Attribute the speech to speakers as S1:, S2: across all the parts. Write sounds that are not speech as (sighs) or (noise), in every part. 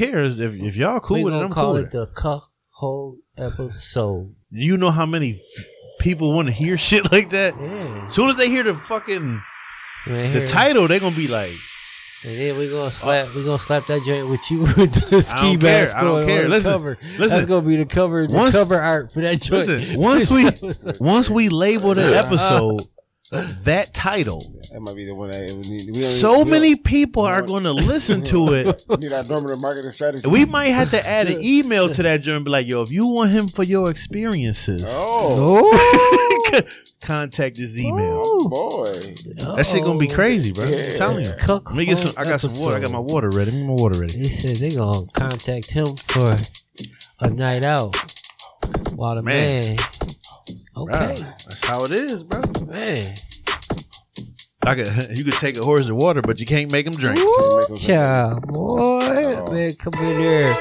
S1: cares if if y'all cool
S2: we
S1: with it?
S2: gonna
S1: I'm
S2: call
S1: cool.
S2: it
S1: With it.
S2: the cuck hole episode.
S1: You know how many f- people want to hear (laughs) shit like that?
S2: Yeah.
S1: As soon as they hear the fucking
S2: Right
S1: the
S2: here.
S1: title, they're gonna be like,
S2: And then we gonna slap we gonna slap that joint with you (laughs) with the
S1: I don't
S2: ski
S1: care.
S2: mask.
S1: I don't
S2: on
S1: care.
S2: the
S1: Listen,
S2: cover. that's
S1: listen.
S2: gonna be the cover the
S1: Once-
S2: cover art for that joint. (laughs)
S1: Listen, once we once we label the episode that title,
S3: That might be the one that we need. We don't
S1: so
S3: even- we
S1: many people are going
S3: don't-
S1: to listen to
S3: (laughs)
S1: it.
S3: don't need our normative marketing strategy.
S1: We might have to add an email to that journal and be like, yo, if you want him for your experiences,
S3: oh,
S2: oh,
S1: (laughs) contact this email.
S3: oh boy,
S1: That shit gonna
S2: Oh.
S1: be crazy, bro. I'm
S3: Yeah.
S1: telling you.
S2: Cuck
S1: Let me get
S2: hole
S1: some. I got some water. I got
S2: episode.
S1: my water ready. Let me Get my water ready.
S2: They said they gonna contact him for a night out. While the
S1: Man.
S2: man, okay,
S1: That's how it is, bro.
S2: man,
S1: I could, (laughs) you could take a horse to water, but you can't make him drink.
S3: Make us-
S2: yeah, boy,
S3: Oh.
S2: man, come in here.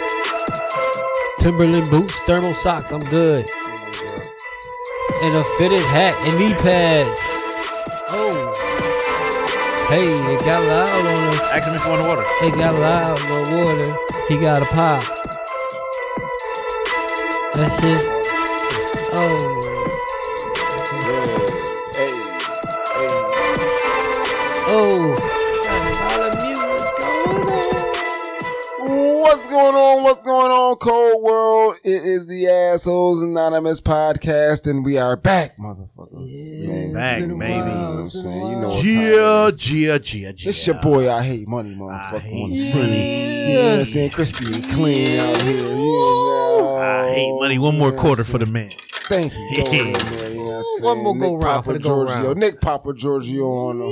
S2: Timberland boots, thermal socks. I'm good, and a fitted hat and knee pads. Oh, hey, it got loud on us.
S1: Ask him if you want water.
S2: It got loud, no water. He got a pop. That shit. Oh,
S3: Yeah. Hey, hey.
S2: Oh.
S3: What's going on? What's going on, Cold World? It is the Assholes Anonymous podcast, and we are back, motherfuckers.
S2: Yeah,
S3: Man,
S1: back,
S3: you know
S1: baby.
S3: what I'm saying? You know what
S1: Yeah,
S3: time it is.
S1: yeah, yeah, yeah.
S3: It's your boy, I hate money,
S1: I
S3: motherfucker.
S1: hate
S3: Yeah.
S1: money.
S3: You know what I'm saying? Crispy and clean out here. You know.
S1: I hate money. One more quarter for the man.
S2: (laughs)
S3: Thank you. Go ahead, man. You know what I'm
S2: One
S3: saying?
S2: more
S3: Nick
S2: go round for
S3: Papa
S2: the go
S3: Giorgio.
S2: round.
S3: Nick Papa Giorgio on them.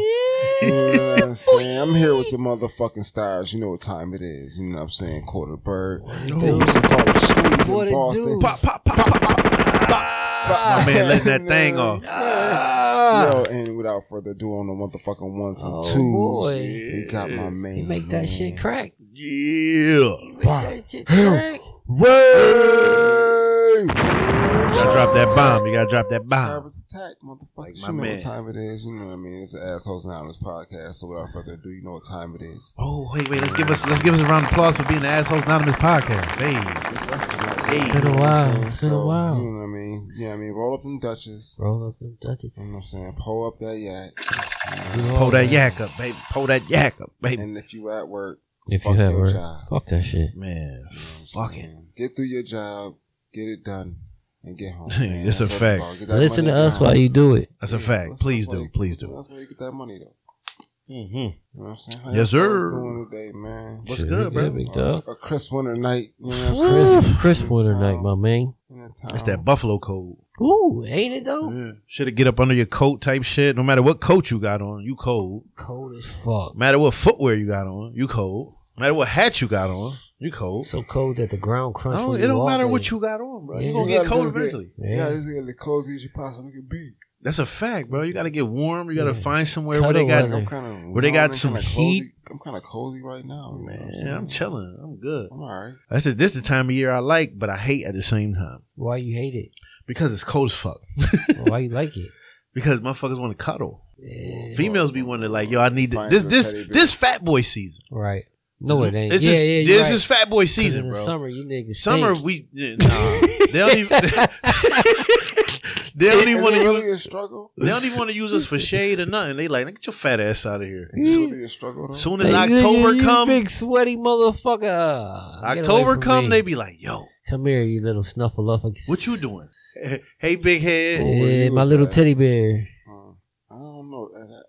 S3: You know
S2: (laughs)
S3: what I'm saying? I'm here with the motherfucking stars. You know what time it is. You know what I'm saying? Quarter bird. They
S2: do?
S3: used to call them squeeze
S2: What it
S3: in Boston.
S2: do?
S1: Pop, pop, pop, pop, pop. That's my man letting that thing off.
S3: Yo, and without further ado, on the motherfucking ones and
S2: Ah. Oh,
S3: twos,
S2: boy.
S3: we got my man.
S2: You make that shit crack.
S1: Yeah.
S2: That shit crack.
S3: Ray!
S1: You gotta drop that bomb. You gotta drop that
S2: Ah.
S1: bomb.
S3: Service attack, motherfucker.
S1: my
S3: you know
S1: man.
S3: what time it is. You know what I mean. It's an assholes and honest podcast. So without further ado, you know what time it is.
S1: Oh wait, wait. Let's give us let's give us a round of applause for being the assholes anonymous podcast. Hey,
S3: It's, that's,
S1: Hey.
S2: Been a while. Been a
S3: So, You
S2: while.
S3: know what I mean. Yeah, I mean, roll up them Dutchess.
S2: Roll up them Dutchies.
S3: You know what I'm saying. Pull up that yak.
S1: pull that yak up, baby. Pull that yak up, baby.
S3: And if you at work,
S2: If
S3: fuck
S2: you have
S3: your
S2: work,
S3: job.
S2: fuck that shit.
S1: Man,
S3: You know what I'm
S1: fuck it.
S3: saying? Get through your job. Get it done. And get
S1: (laughs)
S3: home. man.
S1: It's a
S3: That's what
S1: fact.
S3: about. Get that
S2: Listen
S3: money
S2: to us
S3: down.
S2: while you do it.
S1: That's a
S3: Yeah,
S1: fact.
S3: that's-
S1: Please
S3: that's why
S1: do,
S3: you-
S1: please do.
S3: That's where you get that money though.
S1: Mm-hmm.
S3: You know what I'm saying? How
S1: Yes,
S3: y'all fellas
S1: sir.
S3: Doing today, man. Uh,
S1: What's
S2: Shit,
S1: good,
S2: we
S1: bro? Uh,
S2: Big dog.
S3: A crisp winter night. You know what I'm saying?
S2: Chris, Chris Winter night,
S1: uh,
S2: my man.
S3: In a town.
S1: It's that buffalo cold.
S2: Ooh, ain't it though?
S1: Should have get up under your coat type shit. No matter what coat you got on, you cold.
S2: Cold as fuck.
S1: No matter what footwear you got on, you cold. No matter what hat you got on, you cold.
S2: So cold that the ground crunch.
S1: No,
S2: when
S1: Oh, it don't
S2: walk
S1: matter
S2: in.
S1: what you got on, bro.
S2: Yeah.
S1: You're gonna
S3: You
S1: get
S3: gotta
S1: cold
S3: do is get-
S1: eventually.
S3: You
S2: Yeah.
S3: gotta just get the cozy as you possibly can be.
S1: That's a fact, bro. You gotta get warm. You gotta
S2: Yeah.
S1: find somewhere
S2: Cuddle
S1: where they
S2: weather.
S1: got.
S3: I'm kind of
S1: Where they got some heat.
S3: I'm kind of cozy right now. you know what I'm
S1: Man,
S3: saying?
S1: I'm chilling. I'm good.
S3: I'm all right.
S1: I said this is the time of year I like, but I hate at the same time
S2: Why you hate
S1: (laughs) because it's cold as fuck.
S2: it? Why you like it?
S1: Because motherfuckers want to cuddle.
S2: Yeah.
S1: Females be wanting to like, yo, I need to,
S3: Find
S1: this
S3: your
S1: this
S3: teddy bear.
S1: this fat boy season.
S2: Right. No, it ain't.
S1: It's
S2: yeah,
S1: just,
S2: yeah, you're
S1: this
S2: right.
S1: is fat boy
S2: 'Cause
S1: season,
S2: in the
S1: bro.
S2: Summer, you niggas.
S1: Summer,
S2: stink.
S1: we yeah, nah, they don't even (laughs) they don't
S3: Is
S1: even want
S3: it
S1: to
S3: really
S1: use
S3: a struggle?
S1: they don't even want to use us for shade or nothing. They like, get your fat ass out of here.
S3: Is it really a struggle? Though?
S1: Soon as
S2: Hey, you-
S1: October
S2: you
S1: come,
S2: big sweaty motherfucker. Get away
S1: October
S2: from
S1: come,
S2: me.
S1: they be like, yo,
S2: come here, you little snuffleupagus.
S1: what you doing? (laughs) Hey, big head.
S3: Ooh, where
S2: Yeah,
S3: you
S2: Eh, my
S3: was
S2: little
S3: at?
S2: teddy bear.
S3: Uh, I don't know. Uh, that-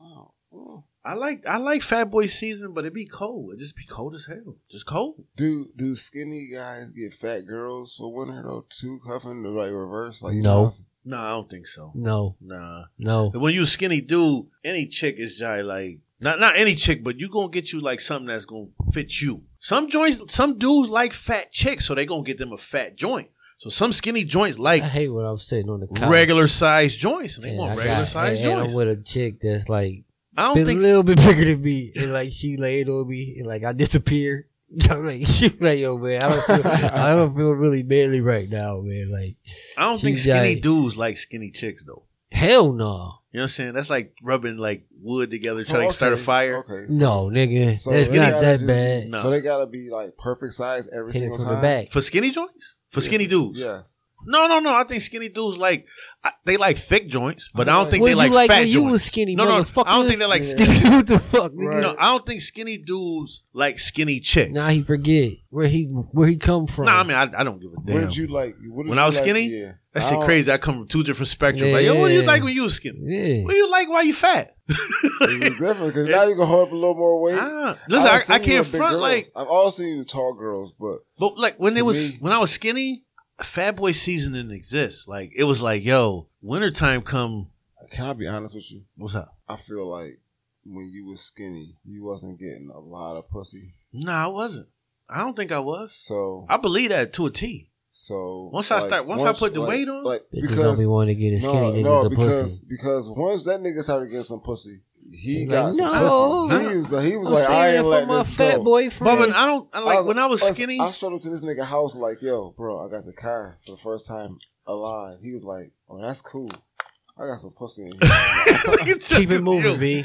S3: I don't- uh,
S1: I like I like Fat Boy season, but it be cold. It just be cold as hell. Just cold.
S3: Do do skinny guys get fat girls for winter though? Too cuffing the like reverse like you
S2: No.
S3: know,
S1: No, I don't think so.
S2: No,
S1: Nah.
S2: no.
S1: When you a skinny dude, any chick is jolly like not not any chick, but you gonna get you like something that's gonna fit you. Some joints, some dudes like fat chicks, so they gonna get them a fat joint. So some skinny joints
S2: (sighs)
S1: like
S2: I hate when I'm sitting on the couch.
S1: regular size joints, and they
S2: And I
S1: want
S2: got-
S1: regular size
S2: and- and
S1: joints.
S2: I'm with a chick that's like
S1: I
S2: a
S1: don't think
S2: little bit (laughs) bigger than me, and like she laid on me, and like I disappear. (laughs) I'm like, she like, yo, man, I don't feel,
S1: (laughs)
S2: I don't feel really manly right now, man. Like,
S1: I don't think
S2: She's
S1: skinny
S2: jolly.
S1: dudes like skinny chicks though.
S2: Hell no.
S1: You know what I'm saying? That's like rubbing like wood together,
S3: So,
S1: trying to
S3: okay,
S1: start a fire.
S3: Okay. so-
S2: No, nigga.
S3: So
S2: that's
S3: they
S2: not
S3: gotta
S2: that
S3: do-
S2: bad.
S1: No.
S3: So they gotta be like perfect size every
S2: Hit it
S3: single
S2: from
S3: time.
S2: the back.
S1: For skinny joints? For skinny dudes?
S3: Yes.
S1: No, no, no. I think skinny dudes like I, they like thick joints, but I don't think
S2: What
S1: they
S2: did
S1: like,
S2: you like
S1: fat
S2: when
S1: joints.
S2: you was skinny,
S1: no, no.
S2: motherfucker?
S1: I don't think they like
S3: Yeah.
S1: skinny.
S2: (laughs) what the fuck, nigga?
S3: Right.
S1: No, I don't think skinny dudes like skinny chicks.
S2: Nah, he forget where he where he come from.
S1: Nah, I mean, I, I don't give a damn.
S3: What did you like? What did
S1: When
S3: you
S1: I was
S3: like-
S1: skinny?
S3: Yeah.
S1: that
S3: I
S1: shit
S3: don't-
S1: crazy. I come from two different spectrums. Like, yo, what do you
S2: Yeah.
S1: like when you was skinny?
S2: yeah.
S1: What do you like while you fat?
S3: It's different because now you can hold up a little more weight.
S1: Ah,
S3: I've
S1: listen, (laughs) I,
S3: seen
S1: I
S3: you
S1: can't
S3: with big
S1: front
S3: girls.
S1: like
S3: I've also seen you with tall girls, but
S1: But like when
S3: To
S1: it was
S3: me-
S1: when I was skinny, Fat Boy season didn't exist. Like it was like, yo, wintertime come.
S3: can I be honest with you?
S1: What's up?
S3: I feel like when you was skinny, you wasn't getting a lot of pussy.
S1: Nah, I wasn't. I don't think I was.
S3: So
S1: I believe that to a T.
S3: so
S1: Once I start- once I put the
S3: like-
S1: weight on?
S3: like
S2: Bitches don't be
S3: because
S2: wanting to get as
S3: no,
S2: skinny
S3: no
S2: niggas a
S3: because
S2: pussy.
S3: because once that nigga started getting some pussy, he
S2: He's
S3: got
S2: like,
S3: some
S2: "No,
S3: pussy. He
S1: I'm-
S3: was like he was
S2: I'm
S3: like
S2: saying
S3: I
S2: that
S3: ain't
S2: for
S3: letting
S2: my
S3: this
S2: fat
S3: go.
S1: But
S2: boyfriend.
S1: when I don't I like when I was
S3: plus,
S1: skinny. (laughs)
S3: I showed up to this nigga house like, yo, bro, I got the car for the first time alive. He was like, oh, that's cool. I got some pussy in here.
S2: Keep it moving,
S1: yo,
S3: (laughs)
S2: B.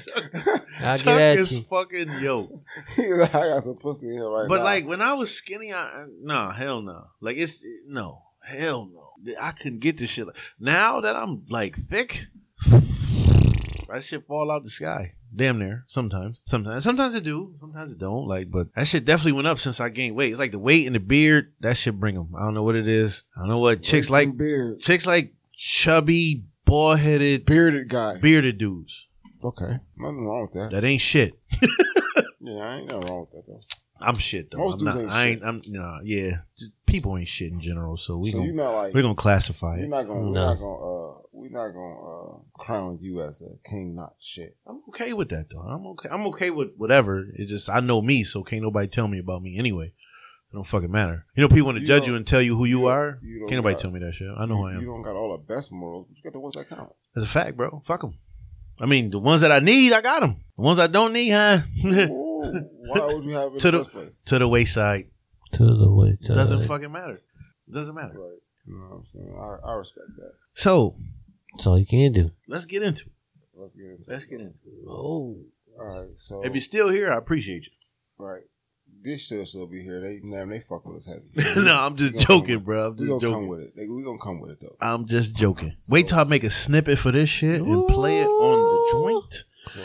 S2: I get
S1: Chuck
S2: at
S1: is
S2: you.
S1: fucking yo.
S3: he was (laughs) like, I got some pussy in here right
S1: But
S3: now.
S1: like when I was skinny, I I- nah, hell no. Like it's no, hell no. I couldn't get this shit. Now that I'm like thick, that shit fall out the sky. Damn near. Sometimes, sometimes, sometimes it do. Sometimes it don't. Like, but that shit definitely went up since I gained weight. It's like the weight and the beard. That shit bring them. I don't know what it is. I don't know what chicks
S3: Some
S1: like.
S3: beard,
S1: Chicks like chubby, bald headed,
S3: bearded guy.
S1: bearded dudes.
S3: okay, nothing wrong with that.
S1: That ain't shit.
S3: Yeah, I ain't nothing wrong with that though.
S1: I'm shit though.
S3: Most
S1: I'm
S3: dudes
S1: not,
S3: ain't
S1: I
S3: shit.
S1: ain't. I'm nah. Yeah, Just people ain't shit in general. So we
S3: so
S1: gonna
S3: you're not like
S1: we're gonna classify
S3: you're
S1: it.
S3: not gonna we're
S2: No.
S3: not gonna uh we're not gonna uh crown you as a king not shit.
S1: I'm okay with that though. I'm okay. I'm okay with whatever. It just I know me, so can't nobody tell me about me anyway. It don't fucking matter. You know, people want to
S3: You
S1: judge
S3: don't-
S1: you and tell you who you,
S3: you don't-
S1: are.
S3: you don't
S1: can't nobody
S3: got-
S1: tell me that shit. I know who I
S3: you,
S1: am.
S3: you don't got all the best morals, but you got the ones
S1: (laughs)
S3: that count.
S1: That's a fact, bro. Fuck them. I mean, the ones that I need, I got them. The ones I don't need, huh? (laughs)
S3: Ooh, why would you have it in
S1: To
S3: the
S1: the- (laughs)
S3: first place?
S1: to the wayside.
S2: To the way. To
S1: Doesn't
S2: the-
S1: fucking matter. Doesn't matter.
S3: Right. You know what I'm saying? I, I respect that.
S1: So
S2: That's all you can do.
S1: let's get into it.
S3: Let's get into
S1: Let's
S3: it.
S1: get into it.
S2: Oh,
S3: All right, so
S1: If you're still here, I appreciate you.
S3: right, this should still be here. They damn, they fuck with us heavy.
S1: (laughs) no, I'm just
S3: We gonna
S1: joking,
S3: come
S1: bro. I'm
S3: with it. We
S1: just
S3: gonna come
S1: joking.
S3: with it. Like, we gonna come with it though.
S1: I'm just joking. Wait till I make a snippet for this shit and play it on the joint.
S3: So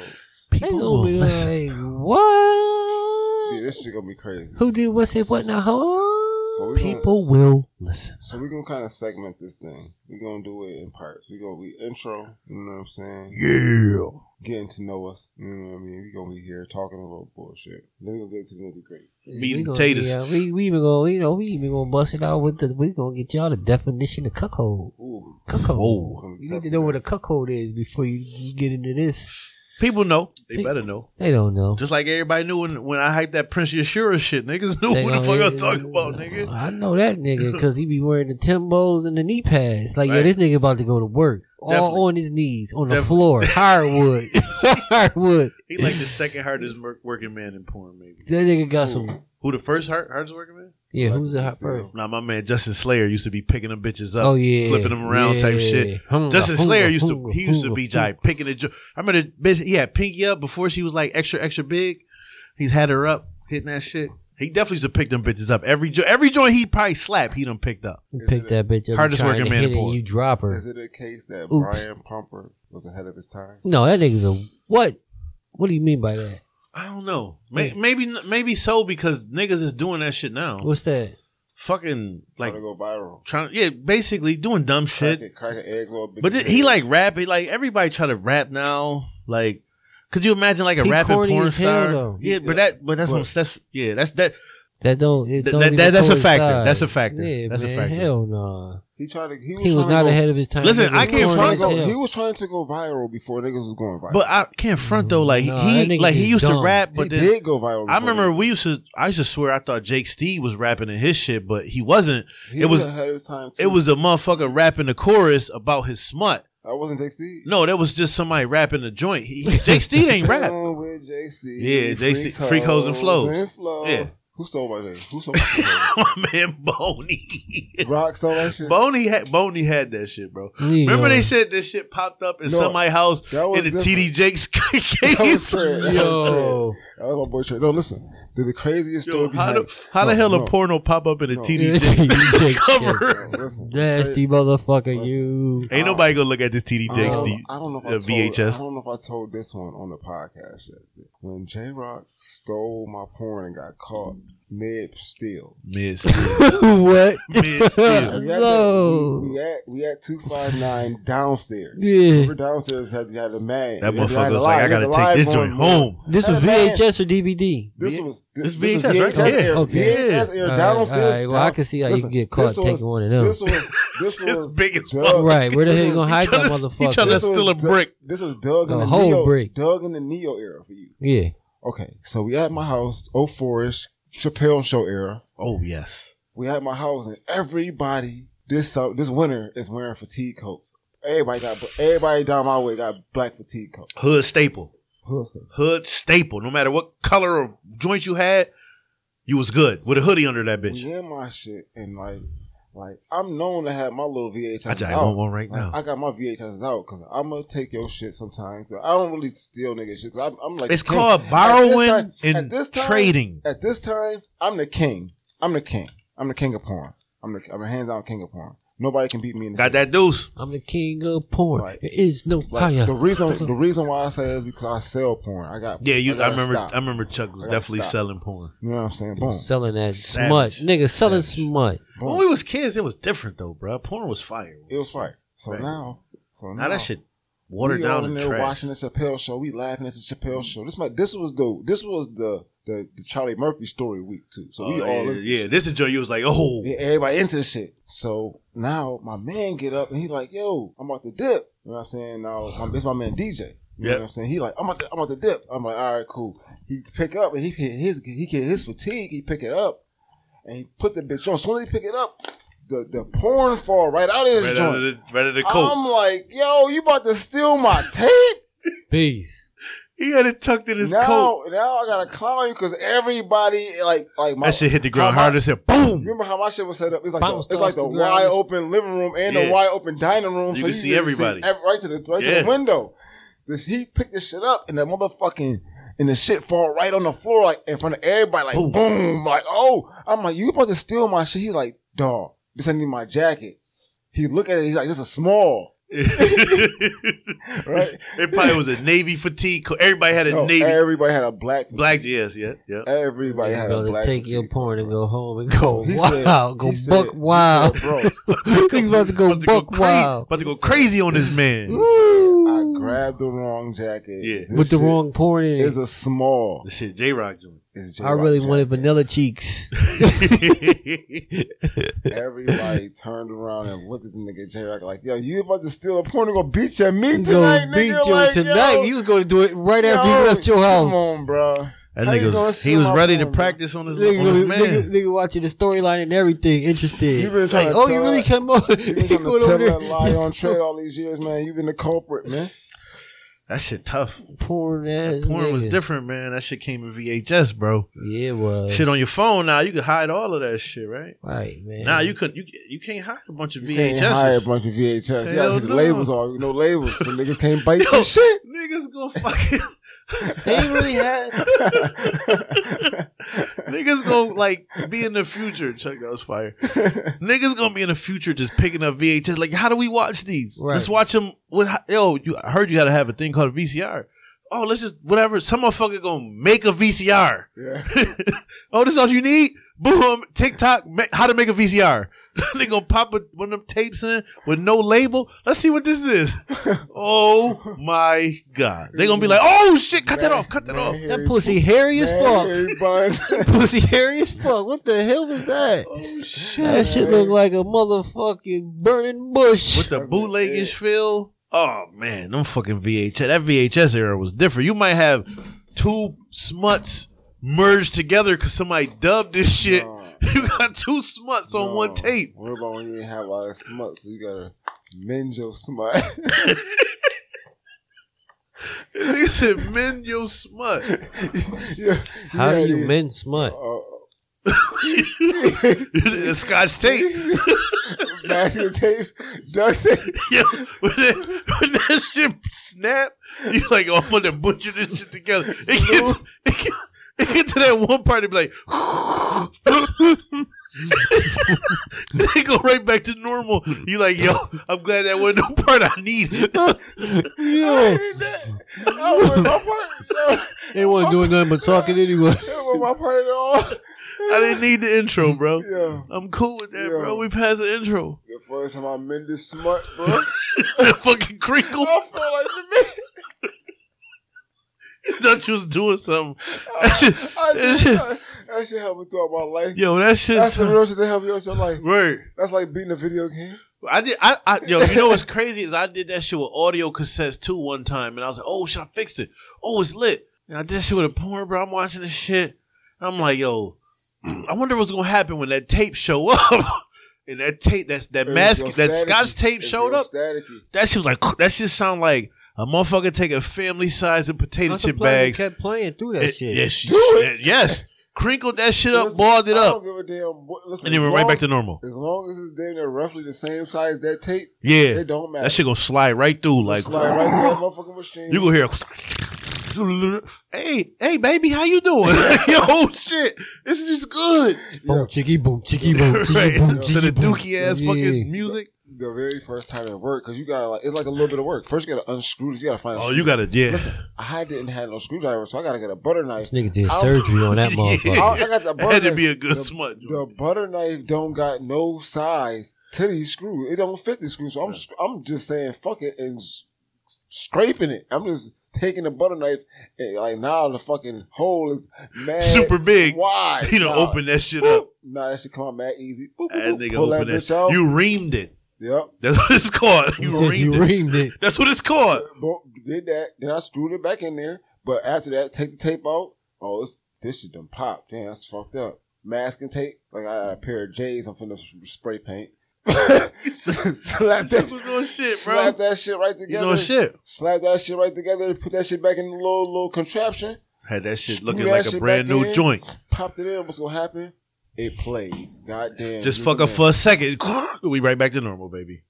S2: they
S1: People will
S2: gonna be
S1: listen.
S2: like,
S3: yeah,
S2: what?
S3: this shit gonna be crazy.
S2: Who did what? Say what now?
S3: So
S2: Huh?
S3: we gonna-
S1: People will listen.
S3: So we're gonna kind of segment this thing. We're gonna do it in parts. We're gonna be intro. You know what I'm saying?
S1: Yeah.
S3: Getting to know us. You know what I mean? We're gonna be here talking a little bullshit. Then we're gonna get to the nitty gritty.
S1: Meat
S2: We
S1: and
S2: gonna-
S1: potatoes.
S2: Yeah, we we even gonna you know we even gonna bust it out with the we gonna get y'all the definition of cuckold.
S3: Ooh,
S2: Cuckold.
S1: Whoa.
S2: You need to know what a cuckold is before you, you get into this.
S1: People know. They
S2: Pe-
S1: better know.
S2: They don't know.
S1: Just like everybody knew when, when I hyped that Prince Yashura shit, niggas (laughs) knew
S2: They
S1: what the
S2: gonna-
S1: fuck I was talking about, nigga.
S2: I know that nigga because he be wearing the Timbos and the knee pads. Like, yo,
S1: Right.
S2: this nigga about to go to work.
S1: Definitely.
S2: All on his knees, on the
S1: Definitely. (laughs)
S2: floor, hardwood. hardwood.
S1: He like the second hardest mer- working man in porn, maybe.
S2: That nigga got some.
S1: Who the first hard, hardest working man?
S2: Yeah,
S3: Like uh,
S2: who's the
S3: you
S2: hot
S3: said.
S2: person?
S1: Nah, my man Justin Slayer used to be picking them bitches up.
S2: Oh, yeah.
S1: Flipping them around type
S2: Yeah.
S1: shit.
S2: Hunga,
S1: Justin
S2: hunga,
S1: Slayer used to
S2: hunga,
S1: he used to
S2: hunga,
S1: be
S2: hunga.
S1: like picking the. Jo- I remember the bitch. He had Pinky up before she was like extra extra big. He's had her up hitting that shit. He definitely used to pick them bitches up every jo- every joint he probably slap he done picked up.
S2: You Pick that bitch up.
S1: Hardest
S2: Hardest working
S1: working
S2: to
S1: man
S2: hit
S1: in
S2: it,
S1: porn.
S2: You drop her.
S3: Is it a case that
S2: Oops.
S3: Brian Pumper was ahead of his time?
S2: No, that nigga's a what? What do you mean by that?
S1: I don't know. May-
S2: Yeah.
S1: Maybe maybe so because niggas is doing that shit now.
S2: What's that?
S1: Fucking like
S3: Trying to go viral.
S1: trying. Yeah, basically doing dumb
S3: Crack,
S1: shit.
S3: it, crack an egg roll.
S1: But th- he like rap. He like everybody try to rap now. Like, could you imagine like a
S2: He
S1: rapping
S2: corny
S1: porn
S2: as hell,
S1: star?
S2: though.
S1: yeah, but that but that's
S3: But-
S1: what, that's yeah that's that
S2: That don't. It
S1: That-
S2: don't
S1: that-
S2: even
S1: that's a
S2: coincide.
S1: factor. That's a factor.
S2: Yeah,
S1: That's a
S2: man,
S1: factor.
S2: Hell no.
S3: he tried to. He
S2: He
S3: was,
S2: was
S3: trying to
S2: not
S3: go,
S2: ahead of his time.
S1: Listen,
S2: Nigga
S1: I
S2: was
S1: can't
S2: corny
S3: Trying to
S1: front
S2: as
S3: go,
S2: hell.
S3: he was trying to go viral before niggas was going viral.
S1: But I can't front though. Like
S2: Nah, that
S1: he
S2: nigga
S1: like he
S2: just
S1: used to
S2: dumb.
S1: rap, but
S3: he
S1: then
S3: did go viral.
S1: I
S3: before
S1: remember
S3: niggas.
S1: we used to. I used to swear I thought Jake Steve was rapping in his shit, but he wasn't.
S3: He
S1: it was-
S3: ahead of his time. Too.
S1: It was a motherfucker rapping the chorus about his smut.
S3: I wasn't JC.
S1: No, that was just somebody rapping the
S3: (laughs)
S1: joint. He, he- Jake Steve ain't rap. (laughs)
S3: Chillin' With JC.
S1: Yeah, JC, Freak Hoes and Flows.
S3: and flows.
S1: Yeah.
S3: Who stole my shit? Who stole
S1: (laughs)
S3: my shit?
S1: My man Boney. (laughs)
S3: Rock stole that shit.
S1: Boney had Boney had that shit, bro.
S2: Yeah.
S1: Remember they said this shit popped up in
S3: No,
S1: somebody's house
S3: that was
S1: in the
S3: different.
S1: TD Jakes case.
S3: (laughs) That was
S1: (laughs)
S2: Yo.
S3: That was my boy Trey. No, listen. The, the craziest
S1: Yo,
S3: story
S1: how
S3: behind
S1: the, how the
S3: No,
S1: hell
S3: no.
S1: a porno pop up in a
S3: No. (laughs)
S1: TD Jakes (laughs)
S2: TD Jakes.
S1: cover?
S3: No, listen.
S2: Nasty motherfucker,
S1: (laughs)
S2: you.
S3: Listen.
S1: Ain't nobody gonna look at this TD Jakes.
S3: Um,
S1: D-
S3: I don't know if I
S1: uh,
S3: told,
S1: VHS.
S3: I don't know if I told this one on the podcast yet. When J Rock stole my porn and got caught mid steal. (laughs)
S1: Miss,
S2: what?
S1: miss,
S3: We
S1: still.
S3: had,
S2: No.
S3: we, we had we had two five nine downstairs.
S2: Yeah.
S3: We're downstairs had had a man.
S1: that
S3: They had
S1: motherfucker
S3: the
S1: was
S3: live-
S1: like, I
S3: they had
S1: gotta
S3: the
S1: take
S3: live
S1: this
S3: on
S1: joint
S3: board.
S1: home.
S2: This was
S3: Had a man-
S2: VHS or DVD?
S3: This
S1: V-
S3: was
S1: this
S3: was
S1: VHS, right?
S3: VHS
S1: Yeah.
S3: era.
S2: Okay.
S3: VHS era
S2: All right,
S3: downstairs.
S2: all right. Well, I
S3: down-
S2: can see how
S3: Listen,
S2: you get caught
S3: this was-
S2: taking one of them.
S3: This was (laughs)
S1: It's
S3: this was
S1: big as
S3: Doug-
S1: fuck.
S2: right. Where the hell you
S3: this
S2: gonna
S1: He
S2: hide that
S1: tryna- he
S2: motherfucker?
S1: tryna steal a
S3: was Doug-
S1: brick.
S3: This was Doug
S2: A
S3: and the
S2: whole
S3: Neo,
S2: brick.
S3: Doug and the Neo era for you.
S2: yeah.
S3: Okay, so we at my house, 04-ish, Chappelle Show era.
S1: Oh yes.
S3: We at my house, and everybody this sum- this winter is wearing fatigue coats. Everybody got everybody down my way got black fatigue coats.
S1: Hood staple.
S3: Hood stuff.
S1: Hood staple. No matter what color or joint you had, you was good. With a hoodie under that bitch.
S3: We in my shit, and like, like I'm known to have my little VHS.
S1: I just
S3: out.
S1: want one right
S3: Like,
S1: now.
S3: I got my VHS out because I'm gonna take your shit sometimes. I don't really steal nigga shit. 'cause I'm, I'm like
S1: It's
S3: king.
S1: called
S3: this
S1: borrowing
S3: time- at
S1: and
S3: this time-
S1: trading.
S3: At this time, I'm the king. I'm the king. I'm the king of porn. I'm the I'm a hands down king of porn. Nobody can beat me. In this
S1: Got that deuce.
S2: I'm the king of porn.
S3: Right.
S2: There is no
S3: Like,
S2: higher.
S3: The reason the reason why I say that is because I sell porn. I got
S1: Yeah, you. I,
S3: gotta
S1: remember.
S3: stop.
S1: I remember Chuck was
S3: I gotta
S1: definitely
S3: stop.
S1: selling porn.
S3: you know what I'm saying? Boom.
S2: selling that
S1: Savage.
S2: smut, nigga. Selling
S1: Savage.
S2: smut.
S3: boom.
S1: When we was kids, it was different though, bro. Porn was fire.
S3: it was fire. So
S1: Right.
S3: now, so now,
S1: Now that shit
S3: we
S1: watered
S3: all
S1: down
S3: in
S1: and
S3: there
S1: trash.
S3: watching the Chappelle show. We laughing at the Chappelle show. This my this was the this was the the, the Charlie Murphy story week too. So we
S1: Oh,
S3: all
S1: yeah,
S3: in-
S1: yeah, this is Joe. You was like, oh,
S3: Yeah, everybody into the shit. So now my man get up and he like, yo, I'm about to dip. You know what I'm saying? Now my, it's my man DJ. You know
S1: Yep.
S3: what I'm saying? He like, I'm about to, I'm about to dip. I'm like, all right, cool. He pick up and he hit his he get his fatigue. He pick it up and he put the bitch on. So when he pick it up, the the porn fall right out of his
S1: right out
S3: joint. Um,
S1: of the, right out of the coat.
S3: I'm like, yo, you about to steal my tape?
S2: Peace.
S1: he had it tucked in his
S3: now,
S1: coat.
S3: now I gotta clown you because everybody like like my
S1: that shit hit the ground
S3: how my-
S1: hard. It said, boom.
S3: Remember how my shit was set up? It's like
S2: Bounced
S3: the, it's like
S2: off
S3: the,
S2: the ground.
S3: wide open living room and the
S1: Yeah.
S3: wide open dining room.
S1: You
S3: so
S1: can
S3: you
S1: see
S3: can
S1: everybody.
S3: ev- right to the right to
S1: Yeah.
S3: the window. This, he picked the shit up and that motherfucking and the shit fall right on the floor like in front of everybody like
S1: Boom.
S3: boom, like oh I'm like you about to steal my shit? He's like dog, this ain't even my jacket. He look at it. He's like this is small,
S1: (laughs)
S3: (laughs) right?
S1: it probably was a navy fatigue. coat. Everybody had a
S3: No,
S1: navy
S3: everybody had a black.
S1: black. Yes, yeah, yeah.
S3: Everybody
S2: you
S3: had a
S2: gonna
S3: black.
S2: take your (laughs)
S3: fatigue.
S2: porn and go home
S3: (laughs)
S2: and go
S3: He said-
S2: wild, go
S3: he said-
S2: buck
S3: he (laughs)
S2: wild. (laughs)
S3: said, bro.
S2: He's about to go buck
S1: crazy.
S2: wild.
S1: About to go crazy on this man.
S3: I
S2: Woo.
S3: grabbed the wrong jacket.
S1: Yeah.
S2: With the
S3: shit
S2: wrong porn in
S3: is
S2: it.
S3: a small.
S1: The shit, J Rock
S3: (laughs)
S1: joint.
S3: It's
S2: I really
S3: J-Rock (laughs)
S2: wanted vanilla cheeks.
S3: jacket. Everybody turned around and looked at the nigga J Rock like, "Yo, you about to steal a porn and go beat your meat tonight,
S2: gonna
S3: nigga?"
S2: beat you
S3: Like,
S2: tonight.
S3: yo,
S2: He was gonna do it right after
S3: yo,
S2: you left your
S3: Come
S2: house.
S3: on, bro.
S1: That
S3: How you
S1: nigga,
S3: gonna
S1: was- he
S3: steal
S1: was
S3: my
S1: ready to
S3: phone, bro?
S1: practice on his, on
S2: Nigga,
S1: his
S2: nigga,
S1: man.
S2: nigga watching the storyline and everything, interested.
S3: You been trying
S2: like,
S3: to
S2: oh,
S3: tell
S2: you really
S3: that-
S2: came (laughs) up.
S3: You've been trying to tell that lie on trade all these years, man. You've been the culprit, man.
S1: That shit tough.
S2: Porn ass.
S1: Porn was
S2: niggas.
S1: different, man. That shit came in VHS, bro.
S2: Yeah, it was.
S1: Shit on your phone now, you can hide all of that shit, right?
S2: Right, man.
S1: Now you couldn't. You you can't hide a bunch of
S3: You can't hire a
S1: VHSs.
S3: bunch of VHS. you
S1: Hell
S3: gotta hit the
S1: no.
S3: labels on. You know labels, so niggas can't
S2: (laughs)
S3: bite
S1: Yo,
S3: your shit. (laughs)
S1: Niggas gonna (laughs) fucking
S2: They ain't really had.
S1: niggas gonna like be in the future. Check that was (laughs) fire. Niggas gonna be in the future just picking up VHS. Like, how do we watch these?
S2: Right.
S1: Let's watch them with yo. You, I heard you gotta have a thing called a VCR. Oh, let's just whatever. Some motherfucker gonna make a VCR.
S3: yeah.
S1: (laughs) oh, this is all you need? Boom, TikTok, ma- how to make a VCR. (laughs) they gonna pop a, one of them tapes in with no label. Let's see what this (laughs) is. oh my god. They gonna be like, oh shit, cut that off, cut that off.
S2: That pussy hairy as fuck. (laughs)
S3: fuck.
S2: Pussy hairy as fuck. What the hell was that?
S1: Oh shit.
S2: That shit looked like a motherfucking burning bush.
S1: With the bootlegish feel. Oh man, them fucking VHS. That VHS era was different. You might have two smuts merged together because somebody dubbed this
S3: (laughs)
S1: shit. (laughs) You got two smuts on one tape. (laughs)
S3: What about when you ain't have a lot of smut, so you gotta mend your smut? (laughs)
S1: They said, "Mend your smut."
S3: yeah,
S2: How
S1: (laughs)
S2: do
S3: yeah,
S2: you (laughs)
S3: yeah.
S2: mend smut?
S3: Uh,
S1: the Scotch tape. (laughs)
S3: (laughs) Masking tape, duct tape.
S1: Yeah, when that, when that shit snap, you like, oh, I'm gonna butcher this shit together. It gets, (laughs) it gets, it gets to that one part, it be like, (laughs) they go right back to normal. You like, yo, I'm glad that wasn't the part I need. (laughs)
S3: I
S2: Yo,
S3: did that. That was my part.
S2: they wasn't doing nothing but talking anyway.
S3: That was my part at all.
S1: I didn't need the
S3: (laughs)
S1: intro, bro.
S3: Yeah.
S1: I'm cool with that,
S3: Yeah.
S1: bro. We passed the intro. (laughs)
S3: The first time I met this smut, bro, I
S1: that fucking
S3: (laughs)
S1: crinkle. (laughs)
S3: felt like the man.
S1: thought you was doing
S3: (laughs)
S1: something. That shit,
S3: I
S1: That
S3: did
S1: shit-
S3: not. That shit helped me throughout my
S1: (laughs)
S3: life.
S1: yo, that shit's
S3: That's the real shit that helped you out your life.
S1: word.
S3: That's like beating a video game.
S1: I did. I, I yo, you know
S3: (laughs)
S1: what's crazy is I did that shit with audio cassettes too one time, and I was like, oh shit, I fixed it. Oh, it's lit. And I did that shit with a porn, bro. I'm watching this shit. I'm like, yo, (clears throat) I wonder what's gonna happen when that tape show up. (laughs) and that tape, that's that
S3: It's
S1: mask,
S3: real
S1: that
S3: staticky.
S1: Scotch tape
S3: It's
S1: showed
S3: real
S1: up.
S3: Staticky.
S1: That shit was like that shit sound like a motherfucker take a family size of potato
S2: I'm
S1: chip
S2: surprised they
S1: bags.
S2: kept playing through that
S1: It- um,
S2: shit.
S1: Yes,
S3: Do it.
S1: yes. Crinkled that shit up,
S3: Listen,
S1: balled it
S3: I
S1: up,
S3: don't give a damn. what- Listen,
S1: and then
S3: as
S1: we're right
S3: long-
S1: back to normal.
S3: As long as it's damn near roughly the same size that tape,
S1: Yeah,
S3: it don't matter.
S1: that shit gonna slide right through. Like,
S3: slide right through that motherfucking machine.
S1: you gonna hear. a Hey, hey, baby, how you (laughs) doing? Yo, oh, shit, this is good.
S2: Boom,
S3: Yeah.
S2: chicky boom, chicky (laughs) boom,
S1: right,
S2: chicky boom,
S1: to
S2: chicky
S1: the
S2: boom.
S1: dookie ass
S2: Yeah.
S1: fucking music.
S3: the very first time at work because you gotta like it's like a little bit of work. First, you gotta unscrew. it. You gotta find. a
S1: Oh,
S3: screw.
S1: you gotta yeah.
S3: I didn't have no screwdriver, so I gotta get a butter knife.
S2: This nigga did
S3: I'll-
S2: surgery (laughs) on
S1: (laughs)
S2: that
S1: Yeah.
S3: I,
S2: motherfucker.
S3: I got the
S1: It
S3: butter.
S1: had to
S3: knife.
S1: be a good
S3: the,
S1: smut.
S3: The butter knife don't got no size to the screw. It don't fit the screw. So I'm sc- I'm just saying fuck it and s- scraping it. I'm just taking the butter knife and like now the fucking hole is mad
S1: Super big.
S3: Wide.
S1: You know,
S3: Nah.
S1: open that shit
S3: Boop.
S1: up.
S3: Nah, that should come out mad easy. Boop, boop,
S1: That
S3: boop.
S1: nigga
S3: Pull that
S1: open
S3: bitch
S1: that.
S3: out.
S1: You reamed it.
S3: yep.
S1: That's what it's called.
S2: You
S1: You
S2: said you
S1: reamed it.
S2: reamed it.
S1: That's what it's called.
S3: Bo- did that. Then I screwed it back in there. But after that, take the tape out. Oh, it's, this shit done popped. Damn, that's fucked up. Masking tape. Like I got a pair of J's. I'm finna s- spray paint. (laughs)
S1: That
S3: slap that.
S1: was on shit, bro.
S3: Slap that shit right
S1: He's
S3: together.
S1: on shit.
S3: Slap that shit right together. Put that shit back in the little little contraption.
S1: Had that shit
S3: Screw
S1: looking
S3: that
S1: like a
S3: shit
S1: brand
S3: back
S1: new
S3: in.
S1: joint.
S3: Popped it in. What's gonna happen? It plays. Goddamn.
S1: Just
S3: you
S1: fuck up
S3: man.
S1: for a second. (laughs) We right back to normal, baby.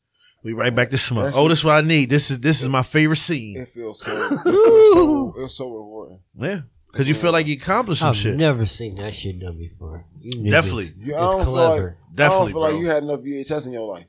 S1: We right back to smoke.
S3: That's
S1: Oh,
S3: it.
S1: this is what I need. This is this is my favorite scene.
S3: It
S1: (laughs)
S3: feels so. It feels so, it's so rewarding.
S1: Yeah, because you feel like you accomplished some
S2: I've
S1: shit.
S2: never seen that shit done before. You niggas
S1: Definitely.
S3: You, I
S2: is
S3: don't feel like-
S2: clever.
S1: Definitely,
S3: I don't feel
S1: bro.
S3: like you had enough VHS in your life.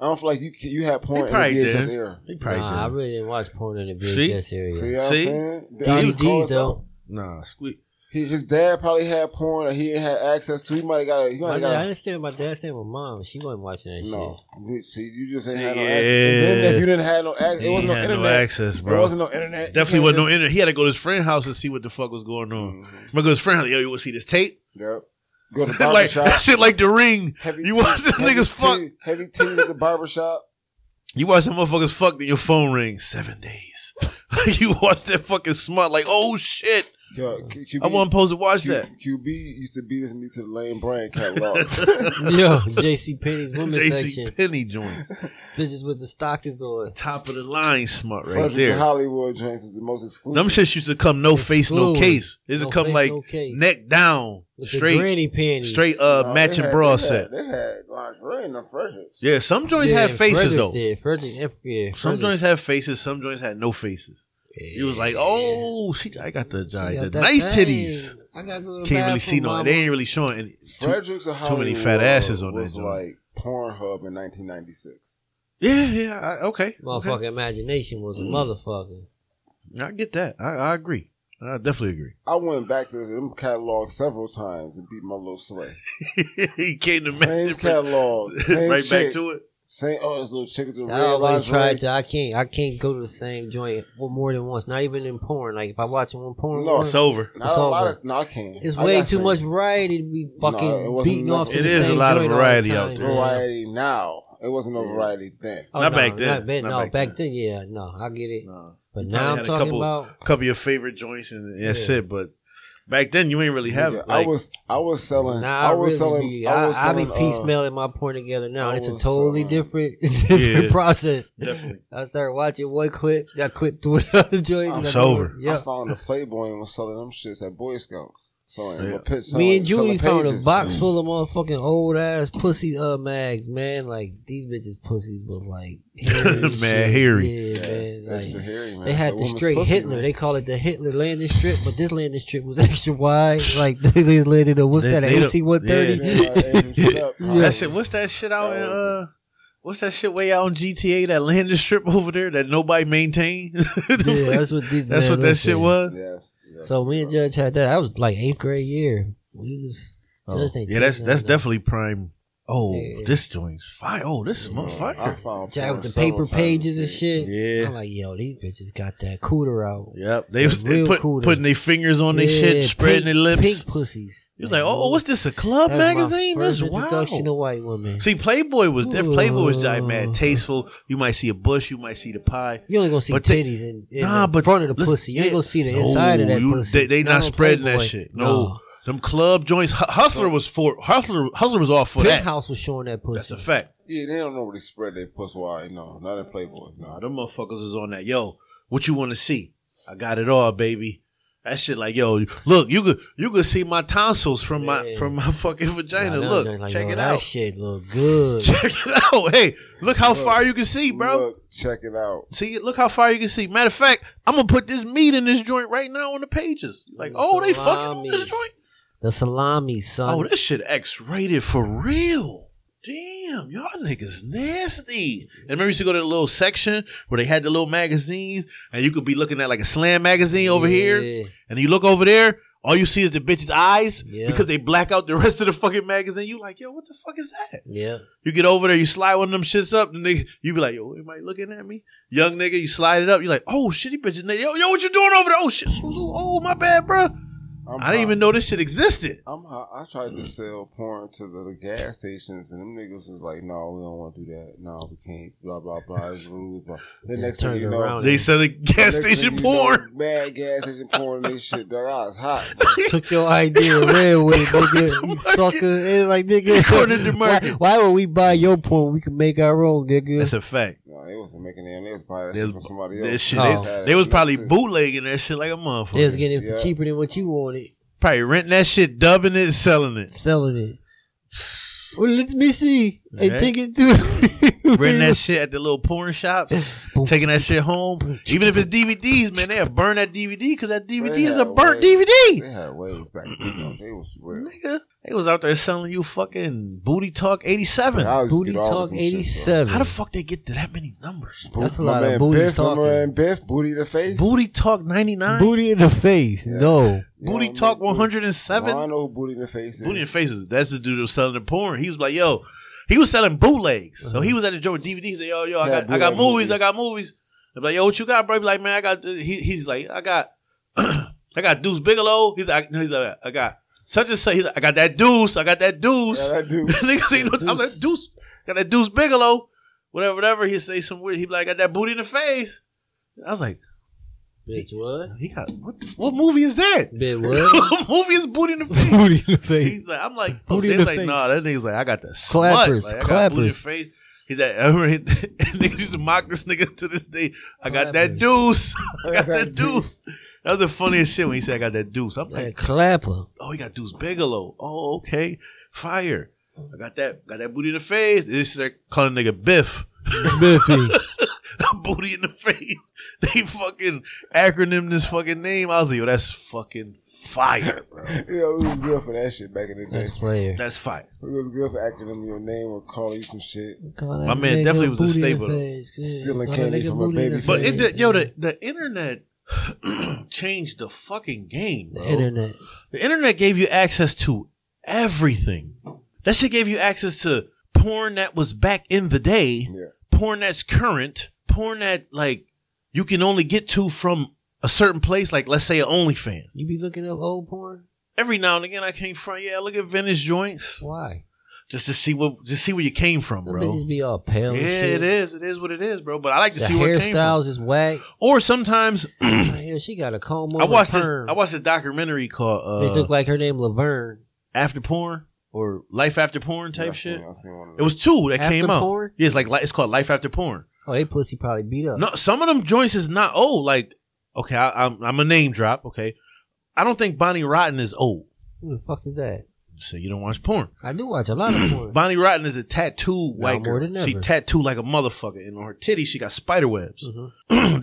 S3: I don't feel like you you had porn in the
S1: probably
S3: VHS
S1: did.
S3: era.
S1: They probably
S2: nah, I
S1: did.
S2: really didn't watch porn in the
S1: See?
S2: VHS area.
S3: See what
S1: See?
S3: I'm saying?
S2: DVD,
S3: He calls
S2: though.
S3: out.
S1: Nah, squeak.
S3: He, his dad probably had porn that he didn't have access to. He might have got a. He might
S2: My
S3: have
S2: dad, I
S3: got a,
S2: didn't stay with my dad. I stayed with my mom. She wasn't watching that
S3: No. You- See, you just ain't had no
S1: Yeah.
S3: access. And then if you didn't have no access, it
S1: He
S3: wasn't no
S1: had
S3: internet.
S1: no access,
S3: It
S1: bro.
S3: wasn't no internet. You
S1: Definitely
S3: can't
S1: wasn't no
S3: just- Mm-hmm.
S1: internet. He had to go to his friend's house and see what the fuck was going on. My good friend, yo, you want to see this tape? (laughs)
S3: Yep. Go to the barber
S1: like that
S3: shop.
S1: shit, like the ring.
S3: Heavy
S1: You
S3: tea-
S1: watch them
S3: heavy
S1: niggas fuck.
S3: tea- Heavy teas at the
S1: (laughs)
S3: barber shop.
S1: You watch some motherfuckers fuck, then your phone rings seven days. (laughs) Like you watch that fucking smut. Like oh shit,
S3: Yo, Q- QB,
S1: I wasn't supposed to watch
S3: Q-
S1: that.
S3: QB used to beat me to the lame brand
S1: (laughs)
S3: catalog. (laughs)
S2: shit. Yo, JC Penney's women's
S1: JC
S2: section.
S1: Penny joints.
S2: Bitches with the stockings on.
S1: Top of the line smut right
S3: Frederick's and
S1: there.
S3: Hollywood joints is the most exclusive.
S1: Them shits used to come no face, no
S2: Exclusive.
S1: case. This
S2: No
S1: would come
S2: face,
S1: like
S2: no case.
S1: neck down,
S2: With the
S1: straight,
S2: granny panties.
S1: straight uh
S3: No, they
S1: matching
S3: had-
S1: bra
S3: they
S1: set.
S3: Had, they had lingerie and them freshers.
S1: Yeah, some joints
S2: Yeah,
S1: had faces
S2: Frederick's
S1: though.
S2: Did. Frederick, yeah, Frederick.
S1: Some joints had faces. Some joints had no faces. It was like, oh, she, I got the,
S2: Yeah.
S1: giant,
S2: She got
S1: the
S2: that
S1: nice
S2: thing.
S1: titties.
S2: I gotta go to the
S1: Can't really see
S2: bathroom,
S1: no.
S2: mama.
S1: They ain't really showing any. Too,
S3: Fredericks and
S1: too
S3: Hollywood
S1: many fat asses on that
S3: was
S1: joint.
S3: like Pornhub in 1996.
S1: yeah, yeah. I, okay,
S2: Motherfucking
S1: okay.
S2: imagination was a
S1: Mm.
S2: motherfucker.
S1: I get that. I, I agree. I definitely agree.
S3: I went back to them catalogs several times and beat my
S1: (laughs)
S3: little sleigh.
S1: (laughs) he came to
S3: Same
S1: Matt
S3: catalog,
S1: (laughs)
S3: same
S1: right
S3: chick,
S1: back to it.
S3: Same oh, this little chick with the
S2: I
S3: red
S2: always tried
S3: lingerie.
S2: to. I can't. I can't go to the same joint with more than once. Not even in porn. Like if I watch one porn,
S3: No,
S2: once,
S1: It's over.
S3: Not
S2: It's
S3: a lot
S2: over.
S3: of, no, I can't.
S2: it's
S3: I
S2: way
S3: got
S2: too
S3: same
S2: much variety to be fucking
S3: No, it wasn't
S2: beating off. To
S3: nothing.
S2: the
S3: It is a
S2: same
S1: lot of
S2: joint all the
S1: variety out
S2: time,
S1: there.
S2: man.
S3: variety now. It wasn't a variety then.
S2: Oh,
S1: Not
S2: no,
S1: back then.
S2: Not back,
S1: Not
S2: no,
S1: back
S2: back, then. Yeah, no, I get it.
S1: No.
S2: But
S1: You
S2: now
S1: probably
S2: I'm
S1: had a
S2: talking
S1: couple-
S2: about
S1: Couple of your favorite joints, and that's
S2: Yeah.
S1: it. But back then, you ain't really have
S3: Nigga,
S1: it. Like,
S3: I was, I was selling,
S2: now.
S3: I
S2: I,
S3: was
S2: really
S3: selling,
S2: be.
S3: I
S2: I,
S3: was
S2: I be
S3: selling. uh,
S2: piecemealing my porn together now.
S3: I
S2: It's a
S3: was
S2: totally
S3: selling- uh,
S2: different, (laughs) different
S1: Yeah.
S2: process.
S1: definitely.
S3: (laughs)
S2: I started watching one clip, (laughs) that clip to another joint.
S3: I'm
S2: and
S1: sober.
S2: another- Yeah,
S3: I found a Playboy and was selling them shits at Boy Scouts. So
S1: Yeah. Mm.
S2: Me and Julie found a box full of motherfucking old ass pussy uh mags, man. Like these bitches pussies was
S1: (laughs)
S2: like hairy and
S1: Man,
S2: shit.
S1: hairy.
S2: Yeah, man. Like,
S3: Extra hairy, man.
S2: they
S3: It's
S2: had
S3: a
S2: the
S3: woman's
S2: straight
S3: pussy,
S2: Hitler.
S3: man.
S2: They call it the Hitler landing strip, but this landing strip was (laughs) extra wide. Like (laughs) they landed a what's
S1: They-
S2: that? An
S1: they don't-
S2: AC one thirty.
S1: Yeah.
S3: Yeah, I aimed it up, probably.
S1: That shit. What's that shit out in? Uh, what's that shit way out in GTA? That landing strip over there that nobody maintained.
S2: (laughs)
S1: (laughs)
S2: Yeah, that's what these.
S1: that's
S2: man,
S1: what that shit
S2: listen.
S1: was.
S3: Yes, yes.
S2: So me and Judge had that. That was like eighth grade year. We was
S3: Oh.
S2: Judge ain't
S1: Yeah, that's
S2: teaching
S1: that's
S2: nothing.
S1: definitely prime. Oh,
S2: Yeah.
S1: this joint's fire. Oh, this is
S3: I
S1: motherfucker.
S3: found
S2: Jack with
S3: porn
S2: the paper
S3: several times
S2: pages and
S3: this week.
S2: shit.
S1: Yeah.
S2: I'm like, yo, these bitches got that cooter out.
S1: Yep, they was they
S2: real
S1: put,
S2: cool, though.
S1: putting their fingers on their
S2: Yeah,
S1: shit, spreading
S2: pink-
S1: their lips.
S2: Pink pussies.
S1: It was like, oh, what's this? A club
S2: That was my
S1: magazine? That's
S2: first introduction to
S1: wild.
S2: white women.
S1: See, Playboy was different. Playboy was giant
S2: Ooh.
S1: mad tasteful. You might see a bush, you might see the pie.
S2: You only gonna see
S1: But they-
S2: titties in, in
S1: Nah,
S2: the
S1: but
S2: front of the
S1: listen,
S2: pussy. You ain't
S1: yeah.
S2: gonna see the
S1: No,
S2: inside of that
S1: you-
S2: pussy.
S1: They, they
S2: Not
S1: not
S2: on
S1: spreading that
S2: Playboy.
S1: shit. No. them club joints. Hu- Hustler was for Hustler. Hustler was all for that.
S2: Penthouse was showing that pussy.
S1: That's a fact.
S3: Yeah, they don't normally spread their puss wide. No, not in Playboy.
S1: Nah,
S3: No,
S1: Oh, them motherfuckers is on that. Yo, what you want to see? I got it all, baby. That shit, like, yo, look, you could you could see my tonsils from my
S2: Yeah.
S1: from my (laughs) fucking
S2: Nah,
S1: vagina.
S2: that was
S1: look,
S2: like,
S1: check
S2: yo,
S1: it
S2: That
S1: out.
S2: shit look
S1: (laughs)
S2: good.
S1: Check it out. Hey, look how far you can see, bro.
S3: Look, check it out.
S1: See, look how far you can see. Matter of fact, I'm gonna put this meat in this joint right now on the pages. Like, oh, they fucking on this
S2: Salamis.
S1: joint.
S2: The salami, son.
S1: Oh, this shit X-rated for real. Damn, y'all niggas nasty. And remember, you used to go to the little section where they had the little magazines, and you could be looking at like a slam magazine over here,
S2: Yeah.
S1: and you look over there, all you see is the bitch's eyes
S2: Yeah.
S1: because they black out the rest of the fucking magazine. You like, yo, what the fuck is that? (laughs)
S2: Yeah.
S1: You get over there, you slide one of them shits up, and nigga, you be like, yo, everybody looking at me? Young nigga, you slide it up, you like, oh shit, he bitches, nigga. yo, yo, what you doing over there? Oh shit, so- so- oh my bad, bro.
S3: I'm
S1: I didn't even know this shit existed.
S3: I'm hot. I tried to sell porn to the, the gas stations, and them niggas was like, "No, we don't want to do that. No, we can't." Blah blah blah. It's rules. Blah. The
S2: They
S3: next thing
S2: turned
S3: you know,
S2: around.
S1: They selling gas
S3: next thing
S1: station
S3: you
S1: porn.
S3: know, mad gas station porn. and This shit, dog. I
S1: (laughs)
S3: was hot.
S2: Took your idea and ran with it, nigga.
S1: to
S2: You
S1: market.
S2: sucker. It's like, nigga.
S1: (laughs) Cornered the market.
S2: Why, why would we buy your porn? We can make our own, nigga.
S1: That's a fact.
S3: No, they wasn't making them. They was buying that
S1: They
S3: shit
S1: was,
S3: from somebody
S1: that
S3: else.
S1: shit,
S2: Oh.
S1: they, they was probably bootlegging that shit like a
S2: They was
S1: motherfucker.
S2: getting it
S3: Yeah.
S2: for cheaper than what you wanted,
S1: Probably renting that shit, dubbing it, selling it.
S2: selling it. Well, let me see. And
S1: Yeah.
S2: take
S1: (laughs)
S2: it through.
S1: Renting
S2: (laughs)
S1: that shit at the little porn shops, taking that shit home. Even if it's DVDs, man, they'll burn that DVD because that DVD is a
S3: had
S1: burnt
S3: ways.
S1: DVD.
S3: They had ways back then. though. They was real.
S1: Nigga, they was out there selling you fucking booty talk eighty seven.
S3: I used to
S2: Booty
S3: get all of
S2: Talk
S3: them shit, though.
S2: 87.
S1: How the fuck they get to that many numbers?
S3: Bo-
S2: That's a
S3: my
S2: lot of
S3: man
S2: booties
S3: Biff, my
S2: talking.
S3: man Biff, booty the face.
S1: Booty talk ninety nine, booty,
S2: Booty in the face.
S3: Yeah.
S2: No.
S3: You know what I mean?
S1: talk one
S3: Booty-
S1: hundred and seven.
S3: Rondo booty the face.
S1: Booty and faces. That's the dude that was selling the porn. He was like, yo, he was selling bootlegs. So he was at the joint DVDs. He said, yo, yo, I
S3: Yeah,
S1: got, I got
S3: Uh-huh. bootleg
S1: movies,
S3: movies.
S1: I got movies. I'm like, yo, what you got, bro? He be like, man, I got. He, he's like, I got, (clears throat) I got Deuce Bigelow. He's like, he's like, I got such and such. He's like, I got that Deuce. I got that Deuce.
S3: Yeah, that dude.
S1: Niggas ain't no. I'm like Deuce. Got that Deuce Bigelow, whatever, whatever. He say some weird. He be like, got that booty in the face. I was like,
S2: Bitch, what?
S1: he got what? The, what movie is that? (laughs)
S3: (laughs)
S2: Bitch,
S1: what
S2: what?
S1: movie is booty in the face?
S2: Booty in the face.
S1: He's like, I'm like,
S2: Booty
S1: they
S2: in the
S1: like,
S2: face.
S1: nah. That nigga's like, I got the slut.
S2: Clappers,
S1: Like, I got booty in the
S2: clappers.
S1: face. He's like, (laughs) I remember he- niggas used to mock this nigga to this day. I got that
S2: Clappers.
S1: deuce. (laughs) I got that deuce. That was the funniest shit when he said, I got that deuce. I'm like,
S2: That clapper.
S1: Oh, he got Deuce Bigelow. Oh, okay. Fire. I got that got that booty in the face. They just start calling nigga Biff. (laughs)
S2: Biffy.
S1: booty in the face. (laughs) They fucking acronym this fucking name. I was like, yo, that's fucking fire, bro.
S3: Yeah, we was good for that shit back in the day.
S2: That's player.
S1: That's fire.
S3: We was good for acting them your name or calling you some shit.
S1: My man definitely was a staple, though.
S3: Stealing candy from a baby
S1: But
S3: face.
S1: it, the, yo, the, the internet (clears throat) changed the fucking game,
S2: The
S1: bro.
S2: internet.
S1: The internet gave you access to everything. That shit gave you access to porn that was back in the day,
S3: Yeah.
S1: porn that's current, porn that like you can only get to from a certain place, like let's say a OnlyFans.
S2: You be looking up old porn?
S1: Every now and again, I came from yeah, I look at vintage joints
S2: Why?
S1: just to see what just see where you came from,
S2: Them
S1: bro.
S2: bitches be all pale
S1: Yeah,
S2: and shit.
S1: it is. It is what it is, bro. But I like to
S2: The
S1: see where it came from.
S2: hairstyles is whack.
S1: (clears throat) Or sometimes (clears throat)
S2: Yeah, she got a comb on.
S1: I watched this.
S2: perm.
S1: I watched a documentary called uh,
S2: it looked like her name Laverne.
S1: After Porn or Life After Porn type
S3: Yeah, I
S1: shit.
S3: seen- I seen one of
S1: It was two that
S2: After
S1: came out.
S2: porn?
S1: Yeah, it's like li- it's called Life After Porn.
S2: Oh, they pussy probably beat up.
S1: No, some of them joints is not old. Like, okay, I, I'm I'm a name drop. Okay, I don't think Bonnie Rotten is old.
S2: Who the fuck is that?
S1: So you don't watch porn.
S2: I do watch a
S1: (clears throat)
S2: lot of porn.
S1: Bonnie Rotten is a tattooed
S2: Now
S1: white
S2: more
S1: girl.
S2: than
S1: She
S2: ever.
S1: tattooed like a motherfucker, and on her titty she got spider webs.
S2: Mhm.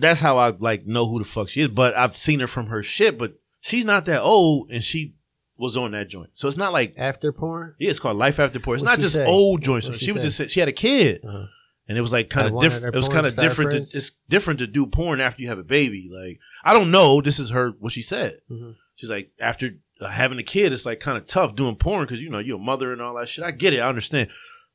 S1: (clears throat) That's how I like know who the fuck she is. But I've seen her from her shit. But she's not that old, and she was on that joint. So it's not like
S2: After porn,
S1: yeah, it's called Life After Porn. It's
S2: What'd
S1: not
S2: she
S1: just
S2: say?
S1: old joints.
S2: What'd
S1: She,
S2: she
S1: was
S2: say?
S1: just she had a kid,
S2: Uh-huh.
S1: and it was like
S2: Like
S1: kind of
S2: one of
S1: different. It
S2: their
S1: was
S2: porn
S1: kind of
S2: star
S1: different. To,
S2: friends?
S1: it's different to do porn after you have a baby. Like I don't know. This is her what she said.
S2: Mhm.
S1: She's like after uh, having a kid, it's like kind of tough doing porn because you know you're a mother and all that shit. I get it. I understand.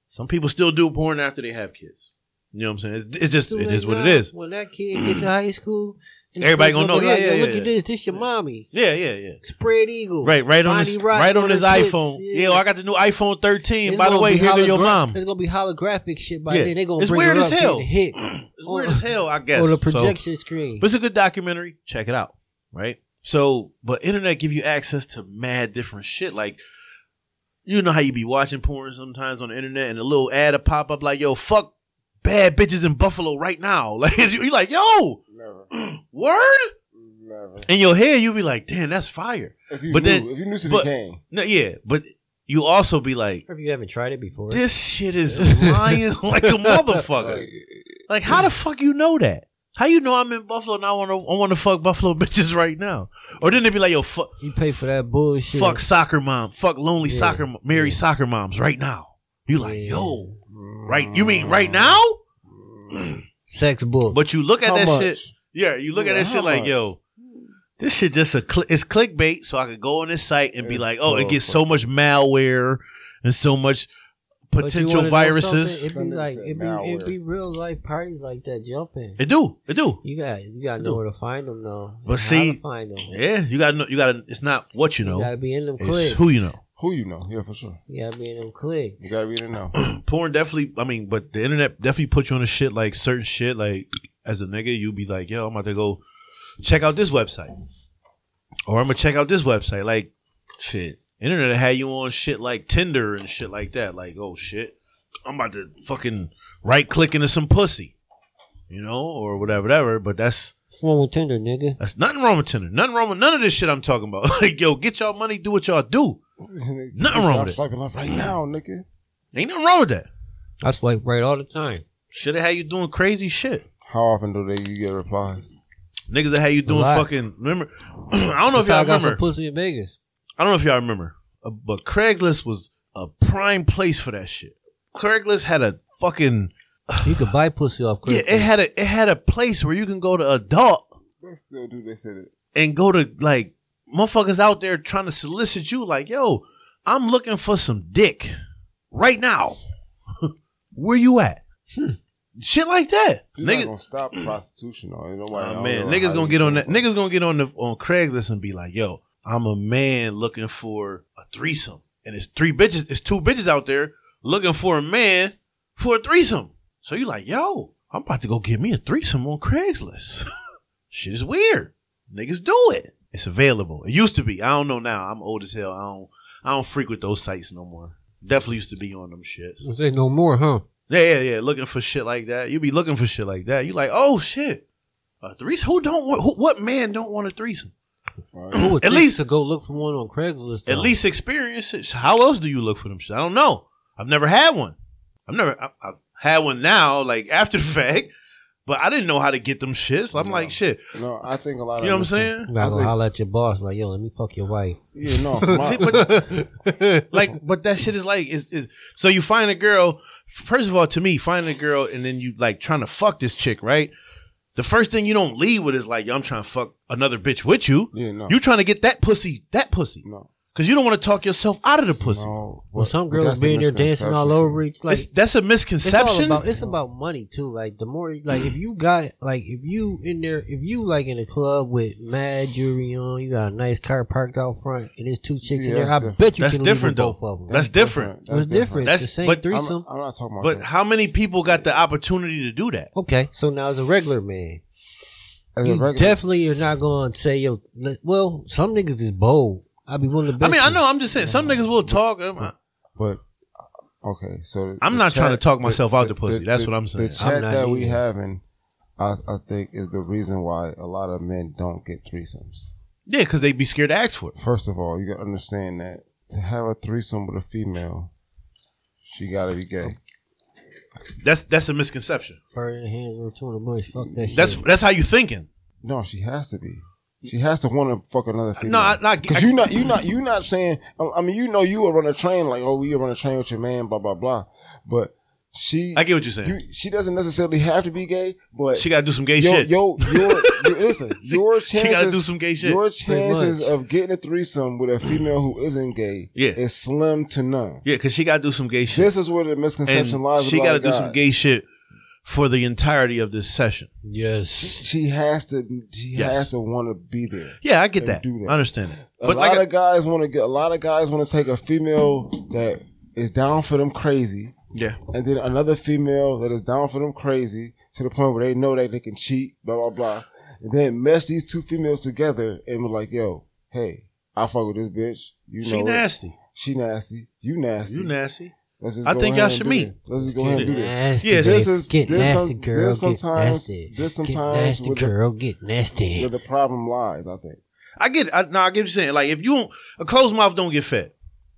S1: Some people still do porn after they have kids. You know what I'm saying? It's, it's just
S2: Too
S1: it
S2: late
S1: is what it
S2: now.
S1: is.
S2: When that kid gets to high school, and
S1: Everybody
S2: friends
S1: gonna know,
S2: gonna be
S1: yeah,
S2: like,
S1: yeah,
S2: "Yo, Look
S1: yeah.
S2: at this. This your mommy.
S1: Yeah, yeah, yeah.
S2: Spread eagle.
S1: Right, right on
S2: Bonnie
S1: his
S2: Rotten
S1: right on
S2: on
S1: his
S2: her tits,
S1: iPhone.
S2: yeah.
S1: Yeah, oh, I got the new iPhone 13.
S2: It's
S1: By the
S2: gonna
S1: way,
S2: be
S1: here go your
S2: hologra-
S1: mom.
S2: There's gonna be holographic shit by
S1: Yeah.
S2: then. They gonna
S1: It's
S2: bring
S1: weird
S2: her
S1: as
S2: up,
S1: hell.
S2: getting hit
S1: It's weird as hell,
S2: (laughs)
S1: I guess.
S2: on
S1: So-
S2: the projection screen.
S1: But it's a good documentary. Check it out. Right. So, but internet give you access to mad different shit. Like, you know how you be watching porn sometimes on the internet, and a little ad will pop up like, "Yo, fuck bad bitches in Buffalo right now." (laughs) Like you you like, "Yo,
S3: Never,
S1: word."
S3: never.
S1: In your head, you be like, "Damn, that's fire."
S3: If you
S1: But
S3: knew,
S1: then-
S3: if you knew to
S1: but-
S3: the game,
S1: No, yeah, but you also be like,
S2: If you haven't tried it before,
S1: "This shit is lying like a motherfucker." Like, how the fuck you know that? How you know I'm in Buffalo and I want to I want to fuck Buffalo (laughs) bitches right now? Or then they be like, "Yo, fuck."
S2: you pay for that bullshit.
S1: fuck soccer mom, fuck lonely
S2: Yeah.
S1: soccer, mo- married
S2: Yeah.
S1: soccer moms right now. You like,
S2: Yeah.
S1: yo, right? You mean right now?
S2: sex book.
S1: But you look at
S3: Mm, how
S1: that
S3: much?
S1: shit. Yeah, you look at
S3: Yeah,
S1: that
S3: how
S1: shit like,
S3: much?
S1: yo, this shit just a cl- it's clickbait. So I could go on this site and be
S3: It's
S1: like, oh, it gets
S3: so
S1: so much malware and so much
S2: But you
S1: potential
S2: wanna know something?
S1: viruses.
S2: It be
S3: That nigga
S2: like
S3: said
S2: it
S3: malware.
S2: be it be real life parties like that jumping.
S1: It do, it do.
S2: You got you got to know where to find them though.
S1: But
S2: and how
S1: see,
S2: to find them.
S1: Yeah, you gotta, know, you gotta. It's not what you
S2: You
S1: know,
S2: gotta be in them
S1: it's
S2: clicks.
S1: who you know.
S3: who you know? Yeah, for sure.
S2: You gotta be in them clicks.
S3: You gotta read it now.
S1: porn definitely I mean, but the internet definitely put you on a shit like certain shit, like as a nigga, you be like, yo, I'm about to go check out this website. Or I'm gonna check out this website. Like shit. Internet had you on shit like Tinder and shit like that. Like, oh shit. I'm about to fucking right click into some pussy. You know, or whatever, whatever. But that's
S2: What's wrong with Tinder, nigga?
S1: that's nothing wrong with Tinder. Nothing wrong with none of this shit I'm talking about. (laughs) like, yo, get y'all money, do what y'all do. (laughs) Nothing wrong with it.
S3: Stop swiping left right now, nigga.
S1: Ain't nothing wrong with that.
S2: I swipe right all the time.
S1: Should have had you doing crazy shit.
S3: How often do they you get replies?
S1: Niggas that had you doing
S2: lot.
S1: fucking remember. (clears throat) I don't know if
S2: That's how
S1: y'all
S2: I got some
S1: remember.
S2: pussy in Vegas.
S1: I don't know if y'all remember, uh, but Craigslist was a prime place for that shit. Craigslist had a fucking
S2: You could buy pussy off
S1: yeah.
S2: Craigslist.
S1: It had a it had a place where you can go to adult
S3: They still do. They said it.
S1: and go to like motherfuckers out there trying to solicit you. Like yo, I'm looking for some dick right now. (laughs) Where you at?
S2: Hmm.
S1: Shit like that.
S3: You're
S1: Niggas,
S3: not gonna stop prostitution, though. Ain't nobody- I
S1: Oh
S3: don't
S1: Mm. man,
S3: know
S1: niggas
S3: how
S1: gonna
S3: you
S1: get on
S3: feel
S1: that. Niggas gonna get on the on Craigslist and be like, "Yo, I'm a man looking for a threesome, and it's three bitches. It's two bitches out there looking for a man for a threesome." So you like, "Yo, I'm about to go get me a threesome on Craigslist." (laughs) Shit is weird. Niggas do it. It's available. It used to be. I don't know now. I'm old as hell. I don't. I don't frequent those sites no more. Definitely used to be on them shits.
S2: I say no
S1: (clears throat)
S2: more, huh?
S1: Yeah, yeah, yeah. Looking for shit like that. You be looking for shit like that. You like, oh shit, a threesome. Who don't want? Who, what man don't want a threesome?
S3: Right.
S2: Who would
S1: At
S2: think
S1: least-
S2: to go look for one on Craigslist.
S1: At
S2: though?
S1: least experience it. How else do you look for them shit? I don't know. I've never had one. I've never. I, I've had one now, like after the (laughs) fact. But I didn't know how to get them shit. So I'm
S3: No.
S1: like, shit.
S3: No, I think a lot. of
S1: You know what I'm
S3: this-
S1: saying?
S2: You gotta
S3: I
S2: go
S3: think-
S2: holler at your boss like, yo, let me fuck your wife.
S1: (laughs)
S3: Yeah, no. from my-
S1: See, but,
S3: (laughs)
S1: like, but that shit is like is is. So you find a girl. First of all, to me, finding a girl and then you like trying to fuck this chick, right? The first thing you don't lead with is like, yo, I'm trying to fuck another bitch with you.
S3: yeah, no.
S1: You trying to get that pussy, that pussy,
S3: no.
S1: because you don't want to talk yourself out of the pussy.
S3: No,
S2: Well,
S3: but-
S2: some
S3: but
S2: girls
S3: that's the
S2: being there dancing all
S3: misconception.
S2: over each like
S1: It's- that's a
S2: it's all
S1: misconception.
S2: about it's about money too. Like the more like if you got like if you in there if you like in a club with mad jewelry on, you got a nice car parked out front and there's two chicks in there.
S3: Yeah,
S2: I
S3: that's different.
S2: bet you
S1: that's
S2: can leave with
S1: different, though.
S2: both of them.
S1: That's different.
S2: it was different.
S1: That's-
S2: That's the same
S1: but-
S3: I'm,
S2: threesome.
S3: I'm not talking about
S1: But
S3: that.
S1: how many people got the opportunity to do that?
S2: okay, so now as a regular man,
S3: As a
S2: you
S3: regular-
S2: definitely are not going to say yo. let- Well, some niggas is bold. I'd be willing to. Bet
S1: I mean, I
S2: you.
S1: know. I'm just saying. Some niggas will talk. I'm, uh,
S3: But uh, okay, so
S1: I'm
S3: the
S1: not trying to talk myself out the
S3: the-
S1: pussy.
S3: the-
S1: That's
S3: the-
S1: what I'm saying.
S3: The
S1: I'm
S3: chat
S2: not
S3: that we
S2: either.
S3: having, I, I think, is the reason why a lot of men don't get threesomes.
S1: Yeah, because they be scared to ask for it.
S3: First of all, you gotta understand that to have a threesome with a female, she gotta be gay.
S1: That's that's a misconception.
S2: Burning hands or two in the bush. Fuck that shit.
S1: That's that's how you thinking.
S3: No, she has to be. She has to want to fuck another female.
S1: No, I, I,
S3: Cause you not you not you not saying. I I mean, you know, you will run a train like, oh, we will run a train with your man, blah blah blah. But she,
S1: I get what you're saying.
S3: you, she doesn't necessarily have to be gay, but
S1: she got to do some gay
S3: yo,
S1: shit.
S3: yo, your,
S1: (laughs)
S3: your- listen, your
S1: she got to do
S3: chances,
S1: some gay shit.
S3: your
S2: Pretty much.
S3: chances of getting a threesome with a female who isn't gay,
S1: Yeah.
S3: is slim to none.
S1: yeah, because she got to do some gay shit.
S3: This is where the
S1: And
S3: misconception lies.
S1: she
S3: got to
S1: do some gay shit for the entirety of this session.
S2: yes.
S3: She has to. She
S1: Yes.
S3: has to want to be there.
S1: Yeah, I get
S3: They
S1: that.
S3: do that.
S1: I understand it.
S3: A
S1: But
S3: lot
S1: like, I-
S3: of guys want to get. A lot of guys want to take a female that is down for them crazy,
S1: yeah,
S3: and then another female that is down for them crazy to the point where they know that they can cheat, blah blah blah, and then mesh these two females together and be like, "Yo, hey, I fuck with this bitch. You know,
S1: she
S3: it.
S1: nasty.
S3: She nasty. You nasty.
S1: You nasty.
S3: Let's just
S1: I
S3: go
S1: think
S3: ahead
S1: y'all
S3: and
S1: should
S3: do
S1: meet.
S3: this. Let's just go
S1: Let's
S3: ahead
S1: get
S3: and do this."
S2: Nasty.
S1: Yeah,
S2: this
S3: this is-
S2: get
S3: this
S2: nasty,
S3: some-
S2: girl.
S3: this sometimes-
S2: get nasty.
S3: this
S2: get
S3: sometimes
S2: nasty,
S3: with the-
S2: girl. get nasty.
S3: Where the problem lies, I think.
S1: I get. It. I, no, I get what you're saying. Like, if you don't, a closed mouth don't get fed.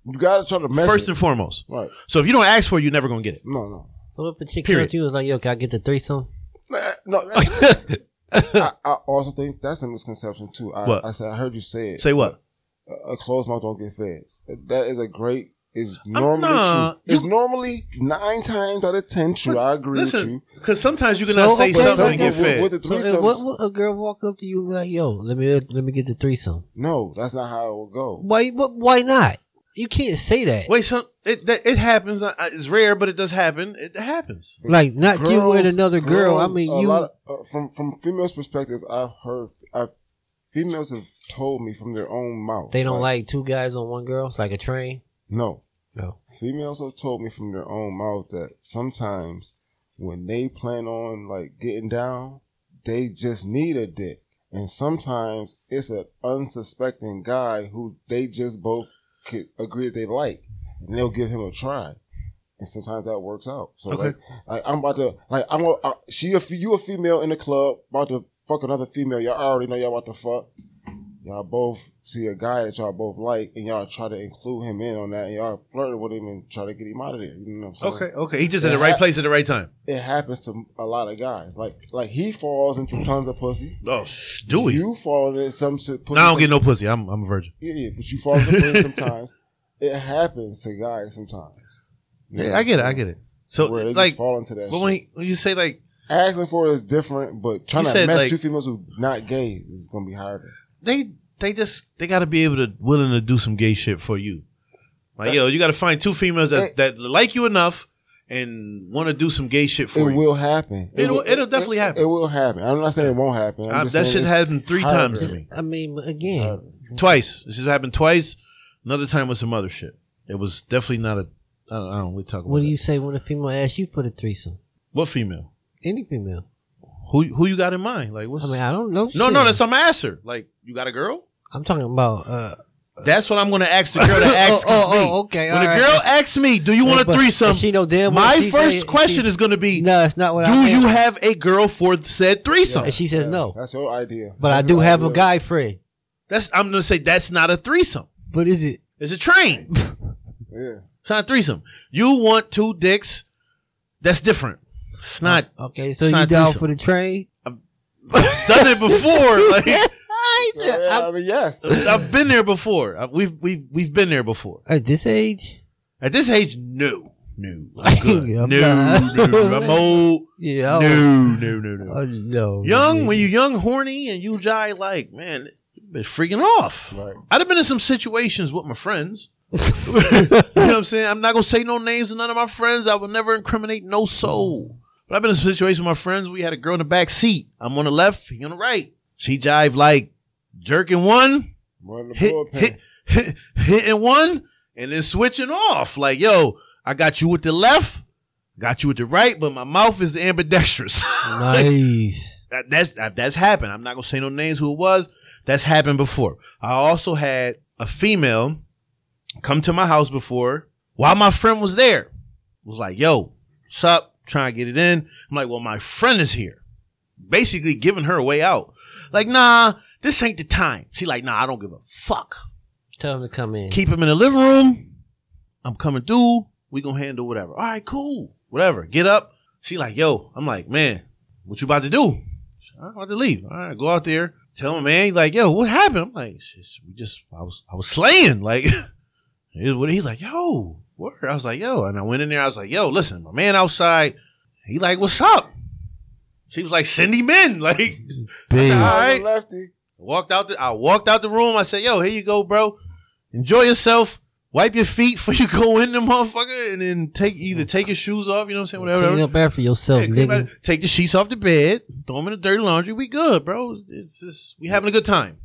S3: You gotta try to mesh
S1: First
S3: it.
S1: and foremost.
S3: right?
S1: So if you don't ask for it, you're never gonna get it.
S3: No, no.
S2: So if a chick
S1: Period.
S2: comes to you and is like, yo, can I get the threesome?
S3: Nah,
S1: (laughs)
S3: No, that- I, I also think that's a misconception too. I,
S1: What?
S3: I said I heard you say it.
S1: Say what?
S3: A a closed mouth don't get fed. That is a great. Is normally
S1: nah,
S3: true. It's
S1: you-
S3: normally nine times out of ten true. I agree with
S1: Listen,
S3: you.
S1: because sometimes you cannot say
S3: but
S1: something
S3: some-
S1: and get
S3: with-
S1: fed.
S3: with the
S2: So if
S3: threesomes-
S2: what, what, a girl walk up to you and be like, yo, let me let me get the threesome.
S3: no, that's not how it will go.
S2: Why? But why not? You can't say that.
S1: Wait, some it that, it happens. I- I- It's rare, but it does happen. It happens.
S2: Like not you with
S3: Girls-
S2: another girl. I
S3: girls,
S2: mean,
S3: a
S2: you.
S3: lot of- uh, from from females' perspective, I've heard. I've, females have told me from their own mouth.
S2: they don't like two guys on one girl. It's like a train.
S3: No,
S2: No.
S3: females have told me from their own mouth that sometimes when they plan on like getting down, they just need a dick. And sometimes it's an unsuspecting guy who they just both could agree that they like, and they'll give him a try. And sometimes that works out. So
S1: Okay.
S3: like, like I'm about to like I'm a, I, she a f- you a female in the club about to fuck another female. Y'all already know y'all about to fuck. Y'all both see a guy that y'all both like, and y'all try to include him in on that, and y'all flirting with him and try to get him out of there. You know what I'm saying?
S1: Okay, okay. He just at
S3: Yeah,
S1: the right
S3: I-
S1: place at the right time.
S3: It happens to a lot of guys. Like like he falls into tons of pussy.
S1: Oh, sh- do we?
S3: You fall into some shit. Pussy
S1: No, I don't get no pussy. I'm I'm a virgin.
S3: Yeah, yeah, but you fall
S1: (laughs)
S3: into pussy sometimes. It happens to guys sometimes. You know
S1: Yeah, I get it. I get it. So
S3: Where they
S1: like,
S3: just fall into that.
S1: but
S3: shit.
S1: when, he- when you say like
S3: asking for it is different, but trying
S1: You
S3: to
S1: said,
S3: match
S1: like-
S3: two females who not gay is gonna be harder.
S1: they they just they got to be able to willing to do some gay shit for you. Like yo, you got to find two females that that like you enough and want to do some gay shit
S3: It
S1: for you.
S3: will happen.
S1: It'll- it'll definitely
S3: it-
S1: happen.
S3: It will happen. I'm not saying it won't happen.
S1: I-
S3: I'm just
S1: that
S3: saying
S1: shit
S3: it's
S1: happened three times to
S3: harder.
S1: me.
S2: I mean, but again,
S3: harder.
S1: Twice. This has happened twice. Another time with some other shit. It was definitely not a. I don't, I don't really talk about.
S2: what do
S1: that.
S2: you say when a female asks you for the threesome?
S1: What female?
S2: Any female.
S1: Who who you got in mind? Like what's?
S2: I mean, I don't know.
S1: no,
S2: shit.
S1: no, that's I'm gonna ask her. Like you got a girl?
S2: I'm talking about. Uh,
S1: That's what I'm gonna ask the girl that asks
S2: (laughs) Oh, oh,
S1: me.
S2: oh, okay,
S1: When
S2: all
S1: the
S2: right.
S1: girl asks me, "Do you want a
S2: But-
S1: threesome?"
S2: but she know damn well
S1: My
S2: she
S1: first
S2: say-
S1: question
S2: she-
S1: is gonna be,
S2: no, it's not what
S1: "Do
S2: I meant.
S1: you have a girl for said threesome?"
S2: And she says
S3: Yes,
S2: no.
S3: That's your idea.
S2: But I
S3: That's
S2: do
S3: your
S2: have a
S3: idea.
S2: guy friend.
S1: That's I'm gonna say that's not a threesome.
S2: But is it?
S1: It's a train.
S2: (laughs)
S3: Yeah.
S1: It's not a threesome. You want two dicks? That's different. It's
S2: (laughs)
S1: not.
S2: Okay, so
S1: It's
S2: you
S1: not
S2: down
S1: threesome.
S2: for the train?
S1: done it before. (laughs)
S2: (laughs)
S1: Like
S3: So, yeah, I mean, yes.
S1: I've been there before. I- We've we've we've been there before.
S2: At this age?
S1: At this age, no, no,
S2: (laughs)
S1: I'm good.
S2: Yeah,
S1: no,
S2: I'm not.
S1: no, I'm
S2: (laughs)
S1: old. No,
S2: Yeah. I
S1: no, no,
S2: don't-
S1: no.
S2: Oh, no.
S1: Young, when you young, horny, and you jai like, man, you've been freaking off.
S3: Right.
S1: I'd have been in some situations with my friends. you know what I'm saying? I'm not gonna say no names of none of my friends. I would never incriminate no soul. But I've been in some situations with my friends. We had a girl in the back seat. I'm on the left, he on the right. She jive like jerking one, (laughs)
S3: Run the
S1: hit,
S3: bullpen.
S1: hit, hit, hitting one, and then switching off. Like, yo, I got you with the left, got you with the right, but my mouth is ambidextrous. (laughs)
S2: Nice.
S1: that, that's that, that's happened. I'm not gonna say no names who it was. That's happened before. I also had a female come to my house before while my friend was there. Was like, yo, what's up? Trying to get it in. I'm like, well, my friend is here. Basically giving her a way out. Like, nah, This ain't the time. She like, nah, I don't give a fuck.
S2: Tell him to come in.
S1: Keep him in the living room. I'm coming through. We gonna handle whatever. All right, cool. Whatever. Get up. She like, yo. I'm like, man, what you about to do? I'm about to leave. All right, go out there. Tell him, man. He's like, yo, what happened? I'm like, "Shit, we just, I was, I was slaying. (laughs) Like, it- what- he's like, yo, word. I was like, yo, and I went in there. I was like, yo, listen, my man outside. He like, what's up? She was like, Cindy men. (laughs) Like,
S2: Big.
S1: All right.
S3: Lefty.
S1: Walked out the I walked out the room. I said, "Yo, here you go, bro. Enjoy yourself. Wipe your feet before (laughs) you go in the motherfucker, and then take either take your shoes off. You know what I'm saying? Whatever.
S2: Mm. Clean
S1: whatever.
S2: up after yourself,
S1: Yeah, clean
S2: nigga.
S1: up- take the sheets off the bed. Throw them in the dirty laundry. We good, bro. It's just we having a good time.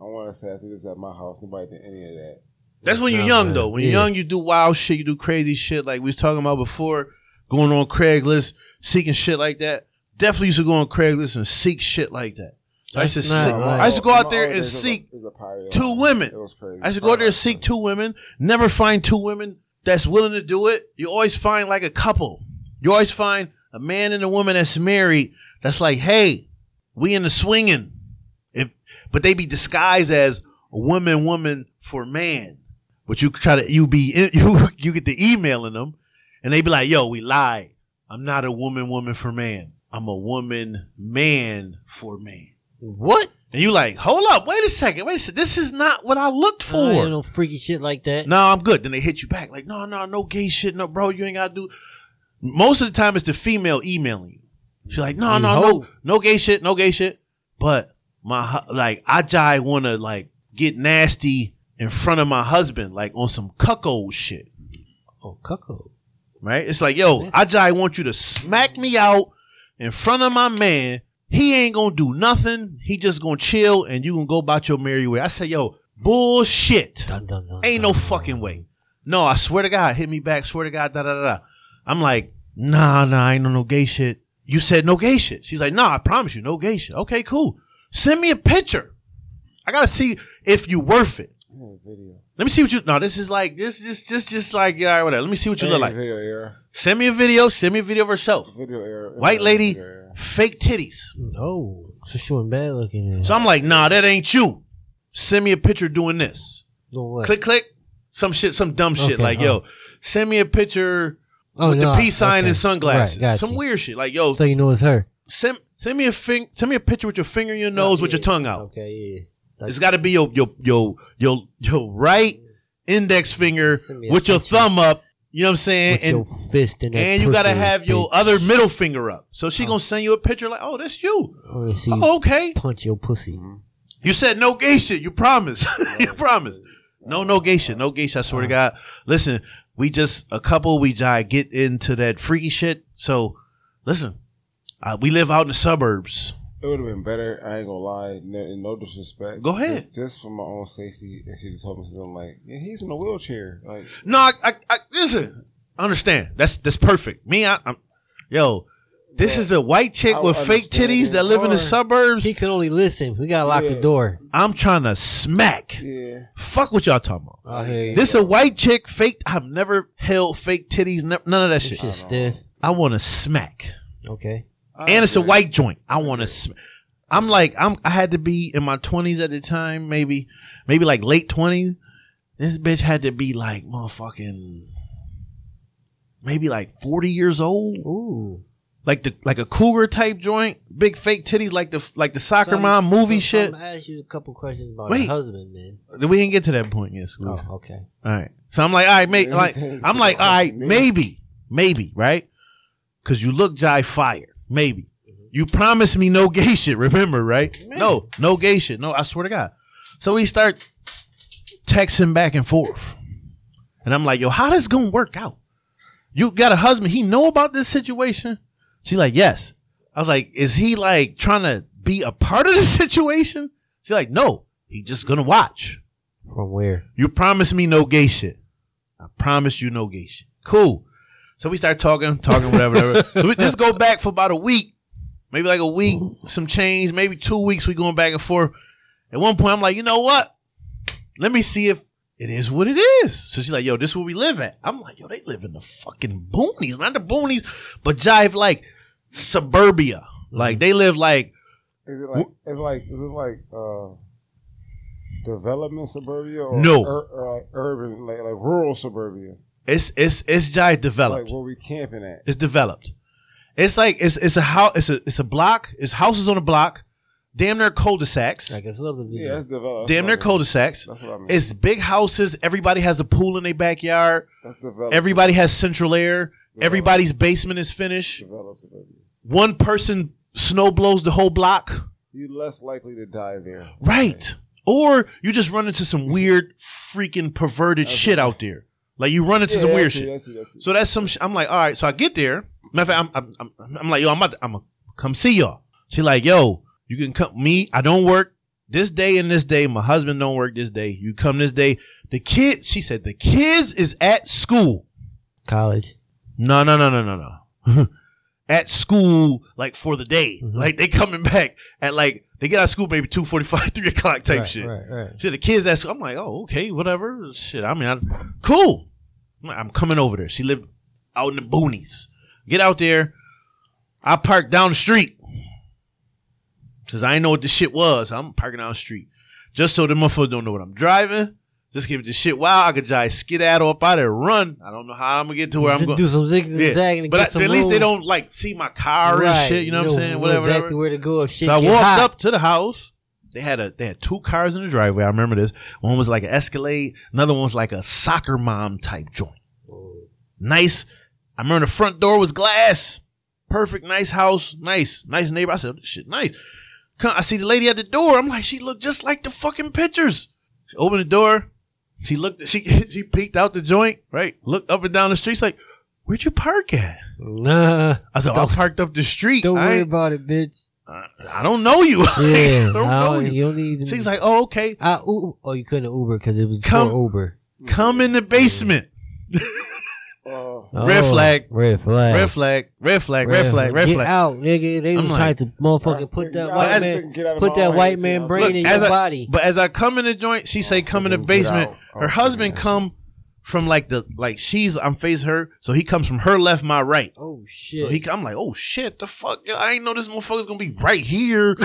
S3: I want to say I think it's at my house. Nobody did any of that.
S1: That's when you're
S2: Nah,
S1: young
S2: man.
S1: though. When you're
S2: Yeah.
S1: young, you do wild shit. You do crazy shit like we was talking about before. Going on Craigslist, seeking shit like that. Definitely used to go on Craigslist and seek shit like that. I used to
S2: Nah,
S1: seek-
S2: nah,
S1: I used to go
S3: My
S1: out there
S3: old
S1: and
S3: days, it was a-
S1: seek
S3: it was a party.
S1: two women.
S3: It was crazy.
S1: I should go out there and seek two women, never find two women that's willing to do it. You always find like a couple. You always find a man and a woman that's married that's like, hey, we in the swinging. If but they be disguised as a woman, woman for man. But you try to you be (laughs) you you get the emailing them, and they be like, yo, we lied. I'm not a woman, woman for man. I'm a woman, man for man.
S2: What?
S1: And you like, hold up, wait a second, wait a second. This is not what I looked for.
S2: I ain't no freaky shit like that.
S1: No, I'm good. Then they hit you back like, no, no, no gay shit, no, bro. You ain't gotta do. Most of the time, it's the female emailing you. She's like, no,
S2: You
S1: no,
S2: hoe.
S1: no, no gay shit, no gay shit. But my hu- like, I jai wanna like get nasty in front of my husband, like on some cuckold shit,
S2: Oh, cuckold.
S1: right? It's like, yo, I jai want you to smack me out in front of my man. He ain't gonna do nothing. He just gonna chill, and you gonna go about your merry way. I say, yo, bullshit.
S2: Dun, dun, dun,
S1: Ain't no
S2: dun, dun.
S1: fucking way. No, I swear to God, hit me back. Swear to God, da da da. da. I'm like, nah, nah, I ain't no no gay shit. You said no gay shit. She's like, nah, I promise you, no gay shit. Okay, cool. Send me a picture. I gotta see if you worth it.
S3: Video.
S1: Let me see what you. No, this is like this, just, just, just like yeah, all right, whatever. Let me see what you look like.
S3: Video era.
S1: Send me a video. Send me a video of herself.
S3: Video era.
S1: White lady,
S3: Video era.
S1: fake titties.
S2: Oh, so she wasn't bad looking. Then.
S1: So I'm like, nah, that ain't you. Send me a picture doing this.
S2: Doing what?
S1: Click, click. Some shit, some dumb shit.
S2: Okay,
S1: like, yo, send me a picture
S2: oh,
S1: with
S2: no,
S1: the peace sign
S2: okay.
S1: and sunglasses.
S2: Right, got
S1: Some
S2: you.
S1: weird shit. Like, yo,
S2: So you know it's her.
S1: send send me a fing- send me a picture with your finger in your nose
S2: Oh,
S1: with your
S2: yeah.
S1: tongue out.
S2: Okay, yeah. Like,
S1: It's got to be your your your your your right index finger
S2: Send me a
S1: with your
S2: picture.
S1: thumb up. You know what I'm saying?
S2: with
S1: and
S2: your fist in that
S1: and you got to
S2: pussy,
S1: have your
S2: bitch. Oh.
S1: other middle finger up. So she gonna send you a picture like, oh, that's you.
S2: I wanna see you
S1: Oh, okay.
S2: punch your pussy.
S1: You said no gay shit. You promise. (laughs) (laughs) you promise. No, no gay shit. No gay shit. I swear to
S3: Uh-huh.
S1: God. Listen, we just a couple. We try to get into that freaky shit. So, listen, uh, we live out in the suburbs.
S3: It would have been better. I ain't gonna lie. No, no disrespect.
S1: Go ahead.
S3: Just, just for my own safety, if she just told me something like, "Yeah, he's in a wheelchair." Like,
S1: No, I, I, I listen. I understand. That's that's perfect. Me, I, I'm, yo, this is a white chick
S3: I
S1: with fake
S3: understand
S1: titties
S3: it.
S1: that live in the
S3: Or-
S1: suburbs.
S2: He can only listen. We gotta lock the
S3: Yeah.
S2: door.
S1: I'm trying to smack.
S3: yeah.
S1: Fuck what y'all talking about.
S2: I hear you.
S1: This a white chick fake. I've never held fake titties. Ne- none of that
S2: This
S1: shit.
S2: shit's stiff.
S1: I want to smack.
S2: Okay.
S3: I
S1: and it's a
S3: agree.
S1: white joint. I want to. Sm- I'm like I'm. I had to be in my twenties at the time, maybe, maybe like late twenties. This bitch had to be like motherfucking, maybe like forty years old,
S2: Ooh.
S1: like the like a cougar type joint, big fake titties, like the like the soccer mom movie shit.
S2: I'm gonna ask you a couple questions about
S1: Wait.
S2: your husband, man.
S1: We didn't get to that point yet. Scooter.
S2: Oh, okay.
S1: All right. So I'm like, all right, mate.
S3: Yeah,
S1: Like,
S3: he said-
S1: I'm like, all right,
S3: Yeah.
S1: maybe, maybe, right? Because you look Jai fire, maybe. You promised me no gay shit. Remember, right? No, no gay shit. No, I swear to God. So we start texting back and forth, and I'm like, yo, how this gonna work out? You got a husband? He know about this situation? She like, yes. I was like, is he like trying to be a part of the (laughs) situation? She like, no. He just gonna watch.
S2: From where?
S1: You promised me no gay shit. I promised you no gay shit. Cool. So we start talking, talking, whatever, whatever. So we just go back for about a week, maybe like a week, some change, maybe two weeks. We going back and forth. At one point, I'm like, you know what? Let me see if it is what it is. So she's like, yo, this is where we live at. I'm like, yo, they live in the fucking boonies, not the boonies, but jive like suburbia. Like they live like
S3: Is it like it's like is it like uh development suburbia or
S1: No.
S3: ur- or like urban like like rural suburbia?
S1: It's it's it's Jai
S3: Like
S1: developed.
S3: where we camping at.
S1: It's developed. It's like it's it's a house. It's a it's a block. It's houses on a block. Damn near cul-de-sacs.
S2: Like a subdivision.
S3: Yeah, that's developed.
S1: damn near
S3: that's what I mean.
S1: cul-de-sacs.
S3: That's what I mean.
S1: It's big houses. Everybody has a pool in their backyard.
S3: that's developed.
S1: Everybody has central air.
S3: Developed.
S1: Everybody's basement is finished.
S3: developed suburbia.
S1: One person snow blows the whole block.
S3: You less likely to die there.
S1: Right. Or you just run into some weird, freaking perverted
S3: Okay.
S1: shit out there. Like you run into some weird
S3: that's it,
S1: shit.
S3: that's it, that's it.
S1: So that's some. Sh- I'm like, all right. So I get there. Matter of fact, I'm, I'm, I'm, I'm like, yo, I'm about to, I'm gonna come see y'all. She like, yo, you can come. Me, I don't work this day and this day. My husband don't work this day. You come this day. The kid, she said, the kids is at school.
S2: College.
S1: No, no, no, no, no, no. (laughs) at school, like for the day.
S2: Mhm.
S1: Like they coming back at like they get out of school maybe two forty five, (laughs) three o'clock type
S2: right,
S1: shit.
S2: Right, right.
S1: Shit, the kids ask. I'm like, oh, okay, whatever. Shit, I mean, I'm, cool. I'm like, I'm coming over there. She lived out in the boonies. Get out there. I parked down the street because I didn't know what this shit was. I'm parking down the street just so the motherfuckers don't know what I'm driving. Just give it the shit. Wow, I could just skedaddle up out there, run. I don't know how I'm gonna get to where I'm
S2: Just
S1: going.
S2: do some zigzag
S1: Yeah.
S2: and
S1: But
S2: get
S1: I-
S2: some
S1: at least they
S2: room.
S1: don't like see my car and
S2: Right.
S1: shit. You know what I'm saying? Whatever.
S2: Exactly
S1: whatever.
S2: where to go if shit
S1: So I
S2: get
S1: walked
S2: hot.
S1: up to the house. They had a they had two cars in the driveway. I remember this. One was like an Escalade. Another one was like a soccer mom type joint. Nice. I remember the front door was glass. Perfect, nice house, nice, nice neighbor. I said, "Oh, "This shit, nice. Come, I see the lady at the door. I'm like, she looked just like the fucking pictures. She opened the door. She looked. She (laughs) she peeked out the joint. Right, looked up and down the street. She's like, where'd you park at?
S2: Nah,
S1: I said, "Oh, I
S2: Don't-
S1: parked up the street.
S2: don't
S1: I,
S2: worry
S1: ain't-
S2: about it, bitch.
S1: I, I don't know you. (laughs)
S2: Yeah,
S1: I don't know you.
S2: you don't need.
S1: She's like, oh, okay.
S2: I, ooh, oh, you couldn't Uber because it was
S1: Come-
S2: for Uber.
S1: Come in the basement.
S3: Uh,
S2: Oh,
S1: Red flag.
S2: Red flag.
S1: Red flag, red flag, red flag, red
S2: Get
S1: flag.
S2: out, nigga. They
S1: I'm
S2: was
S1: like-
S2: trying to motherfucking put that
S3: I
S2: white
S1: as-
S2: man,
S3: get out of
S2: put
S3: my
S2: that
S3: way,
S2: white
S3: see,
S2: man
S3: I'm-
S2: brain in
S1: Look, as
S2: your
S1: I-
S2: body.
S1: But as I come in the joint, she say, come in the
S3: get
S1: basement.
S3: out. Oh,
S1: Her
S3: Okay,
S1: husband
S3: that's-
S1: come from like the like she's I'm face her, so he comes from her left, my right.
S2: Oh
S1: So
S2: shit!
S1: he, I'm like, oh shit, the fuck, yo, I ain't know this motherfucker's gonna be right
S2: (laughs)
S1: here,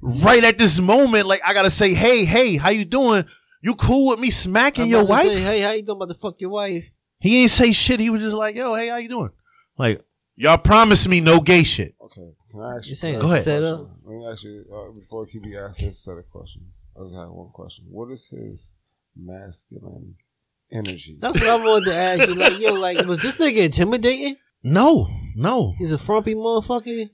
S1: right at this moment. Like I gotta say, hey, hey, how you doing? You cool with me smacking
S2: I'm
S1: your
S2: about to
S1: wife?
S2: say, hey, how you doing about to fuck your wife?
S1: He ain't say shit. He was just like, yo, hey, how you doing? Like y'all promised me no gay shit.
S3: Okay. Can I ask
S2: You saying
S1: Go ahead.
S2: set
S3: Let
S2: up?
S3: me ask you uh, before QB asks his set of questions. I just have one question. What is his masculine energy?
S2: That's what I wanted to ask you. Like, yo, like, was this nigga intimidating?
S1: No, no,
S2: He's a frumpy motherfucker.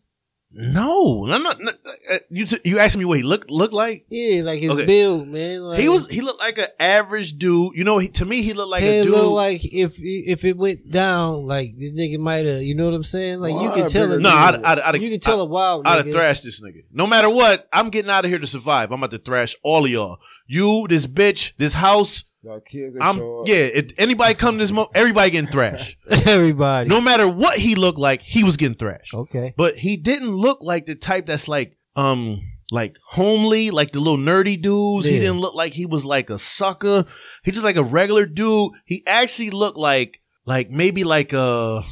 S1: No, no, no. no. Uh, You t- you asked me what he looked looked like.
S2: Yeah, like his
S1: Okay.
S2: build, man. Like,
S1: He was he looked like an average dude. You know, he, to me he looked like
S2: Hey,
S1: a
S2: it
S1: dude.
S2: look like if if it went down, like this nigga might have. You know what I'm saying? Like you
S3: Why,
S2: can tell.
S3: bigger
S2: a
S1: no,
S2: nigga-
S1: I'd, I'd, I'd,
S2: you can tell a wild.
S1: I'd, I'd have
S2: nigga.
S1: thrashed this nigga. No matter what, I'm getting out of here to survive. I'm about to thrash all of y'all. You, this bitch, this house.
S3: Y'all kids that
S1: I'm
S3: show up.
S1: yeah. It, anybody come to this mo, everybody getting
S2: (laughs)
S1: thrashed.
S2: (laughs) Everybody.
S1: no matter what he looked like, he was getting thrashed.
S2: Okay.
S1: But he didn't look like the type that's like um like homely, like the little nerdy dudes. He
S2: Yeah.
S1: didn't look like he was like a sucker. He just like a regular dude. He actually looked like like maybe like a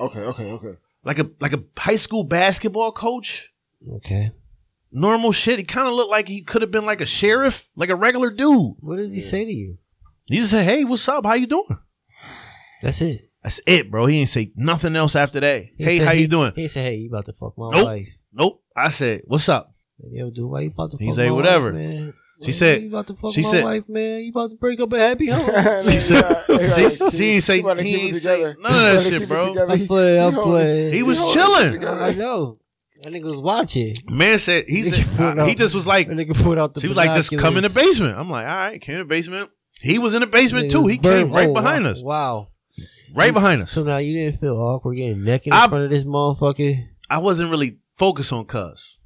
S3: Okay, okay, okay.
S1: like a like a high school basketball coach.
S2: Okay.
S1: Normal shit. He kind of looked like he could have been like a sheriff, like a regular dude.
S2: What does he say to you?
S1: He just said, "Hey, what's up? How you doing?"
S2: That's it.
S1: That's it, bro. He ain't say nothing else after that.
S2: He
S1: hey,
S2: said
S1: how
S2: he-
S1: you doing?
S2: He said, "Hey, you about to fuck my
S1: Nope.
S2: wife?"
S1: Nope. I said, "What's up?"
S2: Yo, dude, why you about to?
S1: He
S2: fuck
S1: say,
S2: my
S1: "Whatever."
S2: Wife, man?
S1: She
S2: Why
S1: said-
S2: "You about to fuck
S1: she
S2: my
S1: said-
S2: wife, man? You about to break up
S1: (laughs)
S2: a happy
S3: (laughs)
S2: home?"
S1: She said- she- she ain't say- he ain't say none of that shit, bro.
S2: (laughs) I'm playing. I'm playing.
S1: He was chilling.
S2: (laughs) I know. That nigga was watching.
S1: Man said
S2: (laughs)
S1: he said uh, he just was like
S2: That nigga pulled out the.
S1: She was like, just come in the
S2: binoculars.
S1: basement. I'm like, all right, came in the basement. He was in the basement
S2: Nigga
S1: too. He
S2: burnt-
S1: came right
S2: oh,
S1: behind
S2: wow.
S1: us.
S2: Wow.
S1: Right behind us.
S2: So now you didn't feel awkward getting naked in
S1: I-
S2: front of this motherfucker.
S1: I wasn't really focused on cuz.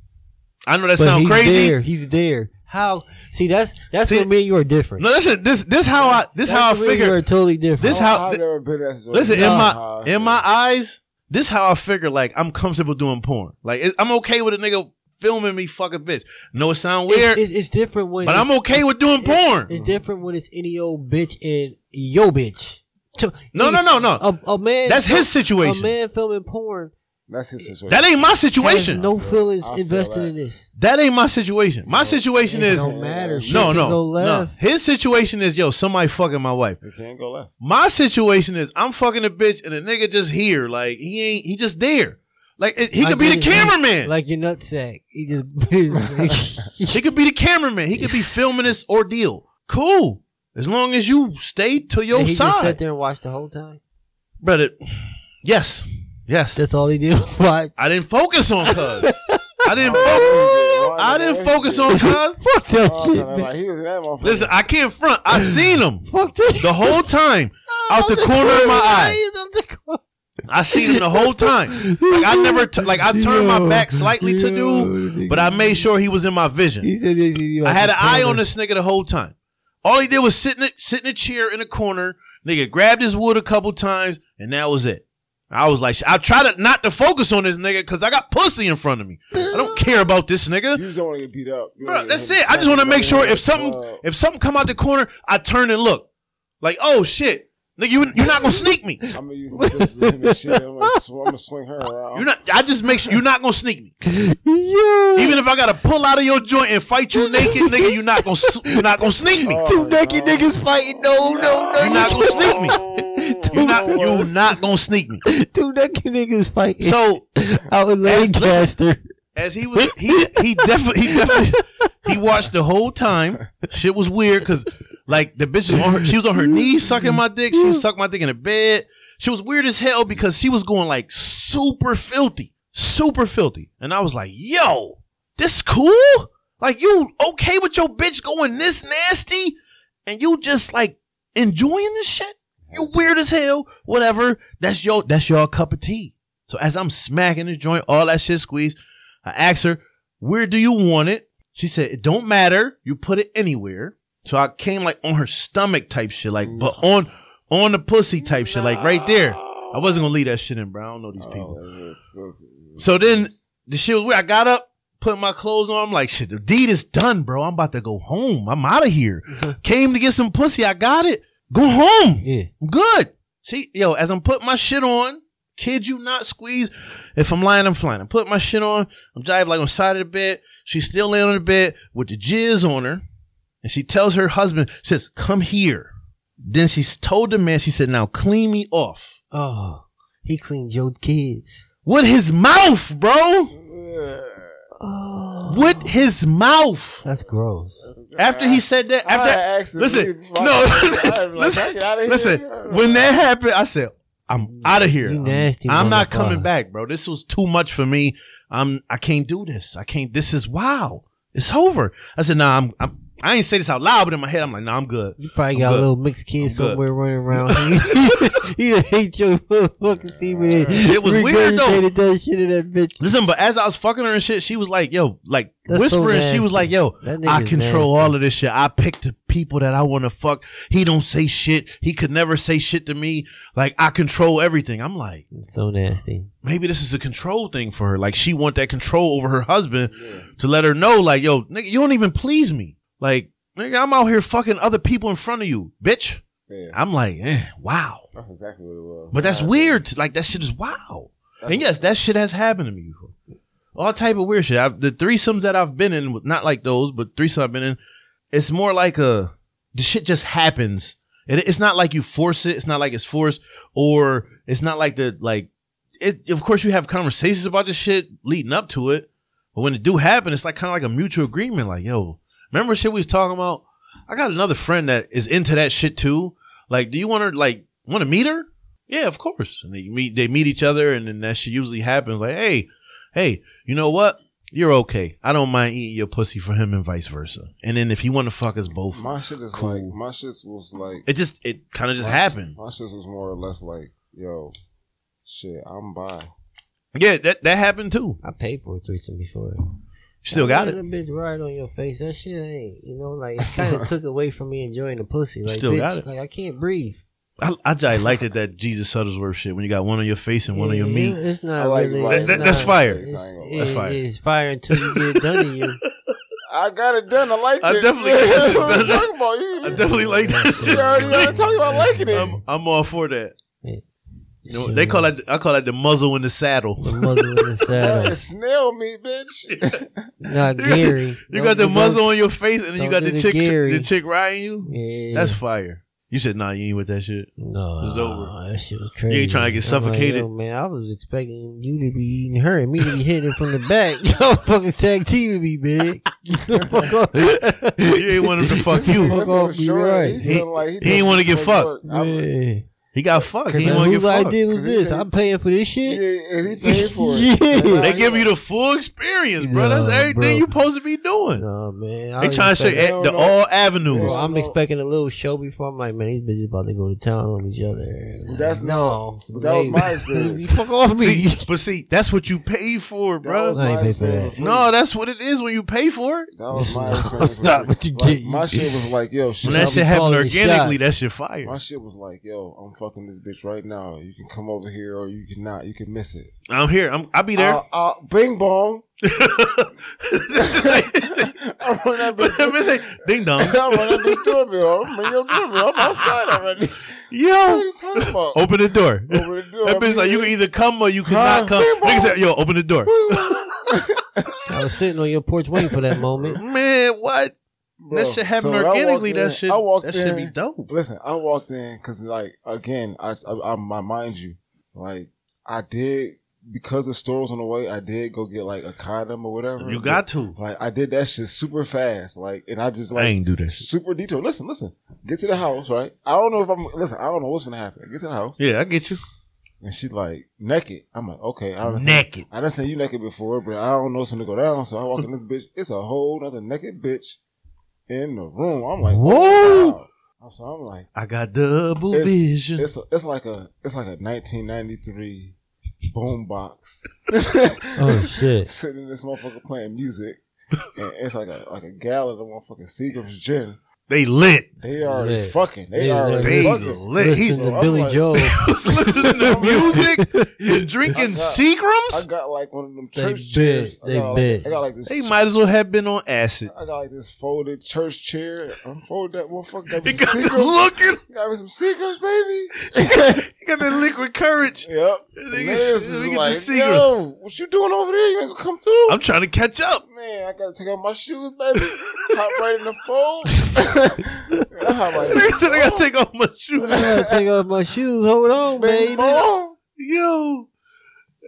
S1: I know that
S2: But
S1: sounds
S2: he's
S1: crazy.
S2: there. He's there. How? See, that's that's
S1: See-
S2: where me and you are different.
S1: No, listen, this this how I this
S2: That's
S1: how I
S2: where me and you
S1: figure
S2: are totally different. Oh,
S1: this how-
S3: I've never been that situation.
S1: listen, in
S2: Nah.
S1: my in my eyes, this how I figure like I'm comfortable doing porn. Like it, I'm okay with a nigga filming me fucking bitch. No, it sound
S2: It's-
S1: weird,
S2: It's, it's different when.
S1: but
S2: it's-
S1: I'm okay with doing porn.
S2: It's different when it's any old bitch and yo bitch. To-
S1: No, no, no, no.
S2: A, a man.
S1: That's his
S2: A
S1: situation.
S2: man filming porn
S3: That's his situation.
S1: That ain't my
S2: Has
S1: situation.
S2: no feelings
S3: I feel
S2: invested
S3: that.
S2: in this.
S1: That ain't my situation. My situation
S2: It
S1: is
S2: don't matter. Shit
S1: no,
S2: can
S1: no,
S2: go
S1: no.
S2: left.
S1: His situation is yo, somebody fucking my wife.
S3: You can't go left.
S1: My situation is I'm fucking a bitch and a nigga just here. Like he ain't, he just there. Like it, he
S2: Like
S1: could be the
S2: it-
S1: cameraman.
S2: Like your nutsack. He
S3: (laughs)
S2: just. (laughs)
S1: he could be the cameraman. He could be filming this ordeal. Cool. As long as you stay to your
S2: And he just sat
S1: side,
S2: there and watched the whole time.
S1: brother. Yes, yes.
S2: That's all he did. (laughs) was Watch.
S1: I didn't focus on
S2: (laughs)
S1: cuz. I didn't focus. I didn't focus on cuz.
S2: Fuck that
S3: Oh,
S2: shit,
S3: no, no,
S2: man.
S3: like, he was in that motherfucker.
S1: Listen, I can't front. I seen him
S2: Fuck that.
S1: the whole time out the corner of my eye. I seen him the whole time. Like I never, t- like I turned my back slightly to dude, but I made sure he was in my vision.
S2: He said this, he
S1: I had an
S2: like,
S1: eye on this nigga the whole time. All he did was sit in a, sit in a chair in a corner. Nigga grabbed his wood a couple times, and that was it. I was like, I try to not to focus on this nigga because I got pussy in front of me. I don't care about this nigga.
S3: You just don't want to get beat up. You
S1: Bro,
S3: wanna
S1: that's
S3: get
S1: it. I just want to make sure if something
S3: Well,
S1: if something come out the corner, I turn and look. Like, oh shit, nigga, you you're not gonna sneak me.
S3: I'm gonna use this as him and shit. I'm gonna, sw- I'm gonna swing her around.
S1: You're not. I just make sure you're not gonna sneak me.
S2: Yo,
S1: Even if I gotta pull out of your joint and fight you naked, nigga, you're not gonna s- you're not gonna sneak me.
S3: Oh,
S2: two naked
S3: no.
S2: niggas fighting. No, no, no.
S1: You're not gonna sneak me. You're not
S3: Oh,
S1: you not gonna sneak me.
S2: Two naked niggas fighting.
S1: So
S2: out in Lancaster.
S1: as he was, he he definitely he definitely he watched the whole time. Shit was weird because like the bitch was on her, she was on her knees sucking my dick. She was sucking my dick in the bed. She was weird as hell because she was going like super filthy, super filthy, and I was like, yo, this cool? Like you okay with your bitch going this nasty, and you just like enjoying this shit? You weird as hell. Whatever. That's your that's your cup of tea. So as I'm smacking the joint, all that shit squeezed. I asked her, where do you want it? She said, it don't matter. You put it anywhere. So I came like on her stomach type shit, like, but on, on the pussy type shit, like right there. I wasn't gonna leave that shit in, bro. I don't know these
S3: Oh.
S1: people. So then the shit was weird. I got up, put my clothes on. I'm like, shit, the deed is done, bro. I'm about to go home. I'm out of here. Came to get some pussy. I got it. Go home.
S2: Yeah.
S1: I'm good. See, yo, as I'm putting my shit on, kid you not, squeeze. If I'm lying, I'm flying. I'm putting my shit on. I'm driving like on the side of the bed. She's still laying on the bed with the jizz on her. And she tells her husband, says, come here. Then she's told the man, she said, now clean me off.
S2: Oh, he cleaned your kids.
S1: With his mouth, bro.
S2: Oh,
S1: With his mouth.
S2: that's gross.
S1: After he said that, after listen, no, listen, listen, listen. When that happened, I said, "I'm out of here.
S2: You nasty
S1: I'm, I'm not
S2: motherfucker.
S1: coming back, bro. This was too much for me. I'm, I can't do this. I can't. This is wow. It's over." I said, "Nah, I'm, I'm I ain't say this out loud, but in my head, I'm like, nah, I'm good."
S2: You probably
S1: I'm
S2: got
S1: good.
S2: a little mixed kid
S1: I'm good. (laughs)
S2: somewhere running around. (laughs) he done ate your motherfucking semen. and
S1: Shit was weird, though.
S2: regurgitated that shit in that bitch.
S1: Listen, but as I was fucking her and shit, she was like, "Yo, like
S2: That's so
S1: whispering." she
S2: nasty.
S1: was like, "Yo,
S2: That
S1: I
S2: nigga's
S1: control
S2: nasty.
S1: all of this shit. I pick the people that I want to fuck. He don't say shit. He could never say shit to me. Like I control everything." I'm like.
S2: It's so nasty.
S1: maybe this is a control thing for her. Like she want that control over her husband to let her know, like, yo, nigga, you don't even please me. Like, nigga, I'm out here fucking other people in front of you, bitch.
S3: Yeah,
S1: I'm like, eh, wow.
S3: that's exactly what it was.
S1: But that's
S3: Yeah.
S1: weird. Like that shit is wow.
S3: That's-
S1: and yes, that shit has happened to me before. All type of weird shit. i the threesomes that I've been in, not like those, but threesomes I've been in, it's more like a the shit just happens. It, it's not like you force it. It's not like it's forced, or it's not like the like. It of course you have conversations about this shit leading up to it, but when it do happen, it's like kind of like a mutual agreement. Like yo, remember shit we was talking about? I got another friend that is into that shit too. Like, do you want her like want to meet her? Yeah, of course. And they meet they meet each other, and then that shit usually happens. Like, hey, hey, you know what? You're okay. I don't mind eating your pussy for him, and vice versa. And then if you want to fuck us both,
S3: My shit is
S1: Cool.
S3: like my shit was like
S1: it just it kind of just
S3: my-
S1: happened.
S3: My shit was more or less like yo, shit, I'm by.
S1: Yeah, that that happened too.
S2: I paid for a threesome before.
S1: Still got it.
S2: That bitch right on your face. That shit ain't, you know, like it
S1: (laughs)
S2: kind of took away from me enjoying the pussy. Like,
S1: Still
S2: bitch,
S1: got it.
S2: like I can't breathe.
S1: I, I just liked it that Jesus Shuttlesworth shit when you got one on your face and one on your
S2: Yeah,
S1: meat.
S2: It's
S3: I
S2: not
S3: like-
S2: really.
S3: like-
S2: it's
S1: That-
S2: not-
S1: that's fire.
S2: It's,
S1: That's
S2: it-
S1: fire.
S2: It's fire until you get it done to you.
S3: I got it done. I like
S1: I
S3: it.
S1: definitely-
S3: (laughs) That's what I'm talking about.
S1: I
S3: You-
S1: (laughs) definitely like that.
S3: You already, you already
S1: shit.
S3: talking about liking it.
S1: I'm, I'm all for that. You know, they call it. I call it the muzzle in the
S2: The
S1: saddle.
S2: muzzle in the saddle.
S3: It's snail meat, bitch.
S2: Not Gary.
S1: You
S2: Don't-
S1: got the
S2: don't-
S1: muzzle on your face, and then you
S2: don't
S1: got
S2: do
S1: the
S2: the
S1: chick,
S2: Gary.
S1: the chick riding you.
S2: Yeah.
S1: That's fire. You said, nah, you ain't with that shit. (laughs)
S2: no.
S1: It's over.
S2: That shit was crazy.
S1: tryna get
S2: I'm like,
S1: suffocated.
S2: yo, man, I was expecting you to be eating her and me to be hitting from the back. (laughs) Y'all fucking tag team with me, (laughs) big. Fuck off.
S1: you ain't want him to (laughs) fuck you.
S2: Fuck off, you right.
S1: He- he ain't wanna get fucked.
S3: Yeah,
S2: Man.
S1: He
S2: (laughs)
S1: got fucked. He
S2: And
S1: didn't want to
S2: whose
S1: get fucked.
S2: idea was
S3: Cause he
S2: this?
S3: said-
S2: I'm paying for this shit.
S3: and
S2: (laughs)
S3: he paid for it.
S2: Yeah.
S3: Nah,
S1: They
S3: he
S1: give you
S3: like,
S1: the full experience, bro.
S2: Nah,
S1: That's everything
S2: bro.
S1: you supposed to be doing.
S2: No man. I
S1: They
S2: was
S1: trying to show
S2: expecting-
S3: expecting-
S1: at the
S3: No, no.
S1: all avenues.
S2: Bro, I'm
S3: No.
S2: expecting a little show before. I'm like, man, these bitches about to go to town on each other. Like,
S3: That's
S2: no.
S3: that was
S2: Like,
S3: my
S1: (laughs)
S2: (laughs)
S3: experience.
S2: you fuck off me.
S1: See, but see, that's what you pay for,
S3: That was
S1: bro.
S2: I ain't
S3: my
S2: paid for
S3: experience.
S2: that.
S1: No, that's what it is when you pay for it.
S3: That
S2: (laughs)
S3: was my
S2: No,
S3: experience.
S2: it's not what you
S3: Like,
S2: get.
S3: My shit was like, yo, shit.
S1: When that
S2: I'll be
S1: shit happened
S2: calling the
S1: organically,
S2: shots.
S1: that shit fire.
S3: my shit was like, yo, I'm fucking this bitch right now. You can come over here or you can not. You can miss it.
S1: I'm here. I'm, I'll be there.
S3: Uh, uh,
S1: (laughs)
S3: bing bong. (laughs)
S2: Uh,
S3: I
S1: (laughs)
S3: run that
S1: But that
S3: bitch.
S1: bitch say, ding
S3: I
S1: dong.
S3: run that bitch doorbell. I'm in your doorbell. I'm outside
S1: (laughs)
S3: already. What
S1: Yo,
S3: are you talking about?
S1: open the door.
S3: Over the door.
S1: Oh. That bitch like you can either come or you
S3: Huh?
S1: cannot come.
S3: Bing bong.
S1: Nigga said, yo, open the door.
S2: I was sitting on your porch waiting for
S1: (laughs)
S2: that moment.
S1: Man, what?
S3: Bro,
S1: that shit happened
S3: so when I
S1: organically.
S3: walked in-
S1: That shit,
S3: I walked
S1: that should
S3: in-
S1: be dope.
S3: Listen, I walked in because, like, again, I, I, I, my mind you, like, I did because the store was on the way. I did go get like a condom or whatever.
S1: You got to.
S3: like I did that shit super fast, like, and I just
S1: I
S3: like
S1: ain't do that shit.
S3: super detailed. Listen, listen, get to the house, right? I don't know if I'm listen. I don't know what's gonna happen. Get to the house,
S1: Yeah, I get you.
S3: and she like naked. I'm like, okay, I don't
S1: Naked.
S3: I done seen you naked before, but I don't know what's gonna go down. So I walk in this bitch. It's a whole other naked bitch in the room. I'm like,
S1: Whoa!
S3: wow. So I'm like.
S1: I got double
S3: It's-
S1: vision.
S3: It's a, it's like a it's like a 1993 boom box
S2: Oh shit.
S3: sitting in this motherfucker playing music. And it's like a like a gallon of motherfucking Seagram's gin.
S1: They lit.
S3: They already
S2: Yeah.
S3: fucking. They
S2: Yeah,
S3: already
S1: They
S3: fucking.
S1: lit. He's
S2: Listen to
S3: I'm
S2: Billy
S3: like-
S2: Joel.
S1: (laughs) was listening
S3: (laughs)
S1: to music and drinking
S3: I got- I
S1: Seagrams.
S3: got like one of them
S2: They
S3: church
S2: bitch.
S3: chairs. I
S2: They
S3: got, like,
S2: bitch.
S3: I got like this.
S1: They might as well have been on
S3: (laughs)
S1: acid.
S3: I got like this folded church chair. Unfold that motherfucker. Got
S1: He
S3: me
S1: got
S3: some
S1: the
S3: Seagrams.
S1: looking.
S3: (laughs) Got me some Seagrams, baby.
S1: He got that liquid courage. (laughs)
S3: Yep.
S1: Nigga,
S3: Niggas
S1: shit,
S3: is
S1: we get the
S3: like,
S1: Seagrams.
S3: yo, what you doing over there? You ain't gonna come through?
S1: I'm trying to catch (laughs) up.
S3: Man, I gotta take off my shoes,
S1: (laughs)
S3: baby. Hop right in the fold. I hop right in
S1: Nigga said I
S3: the
S1: gotta take off my
S2: I
S1: shoes.
S2: gotta take off my shoes. Hold on,
S3: fold. Big
S2: baby.
S3: ball.
S1: Yo,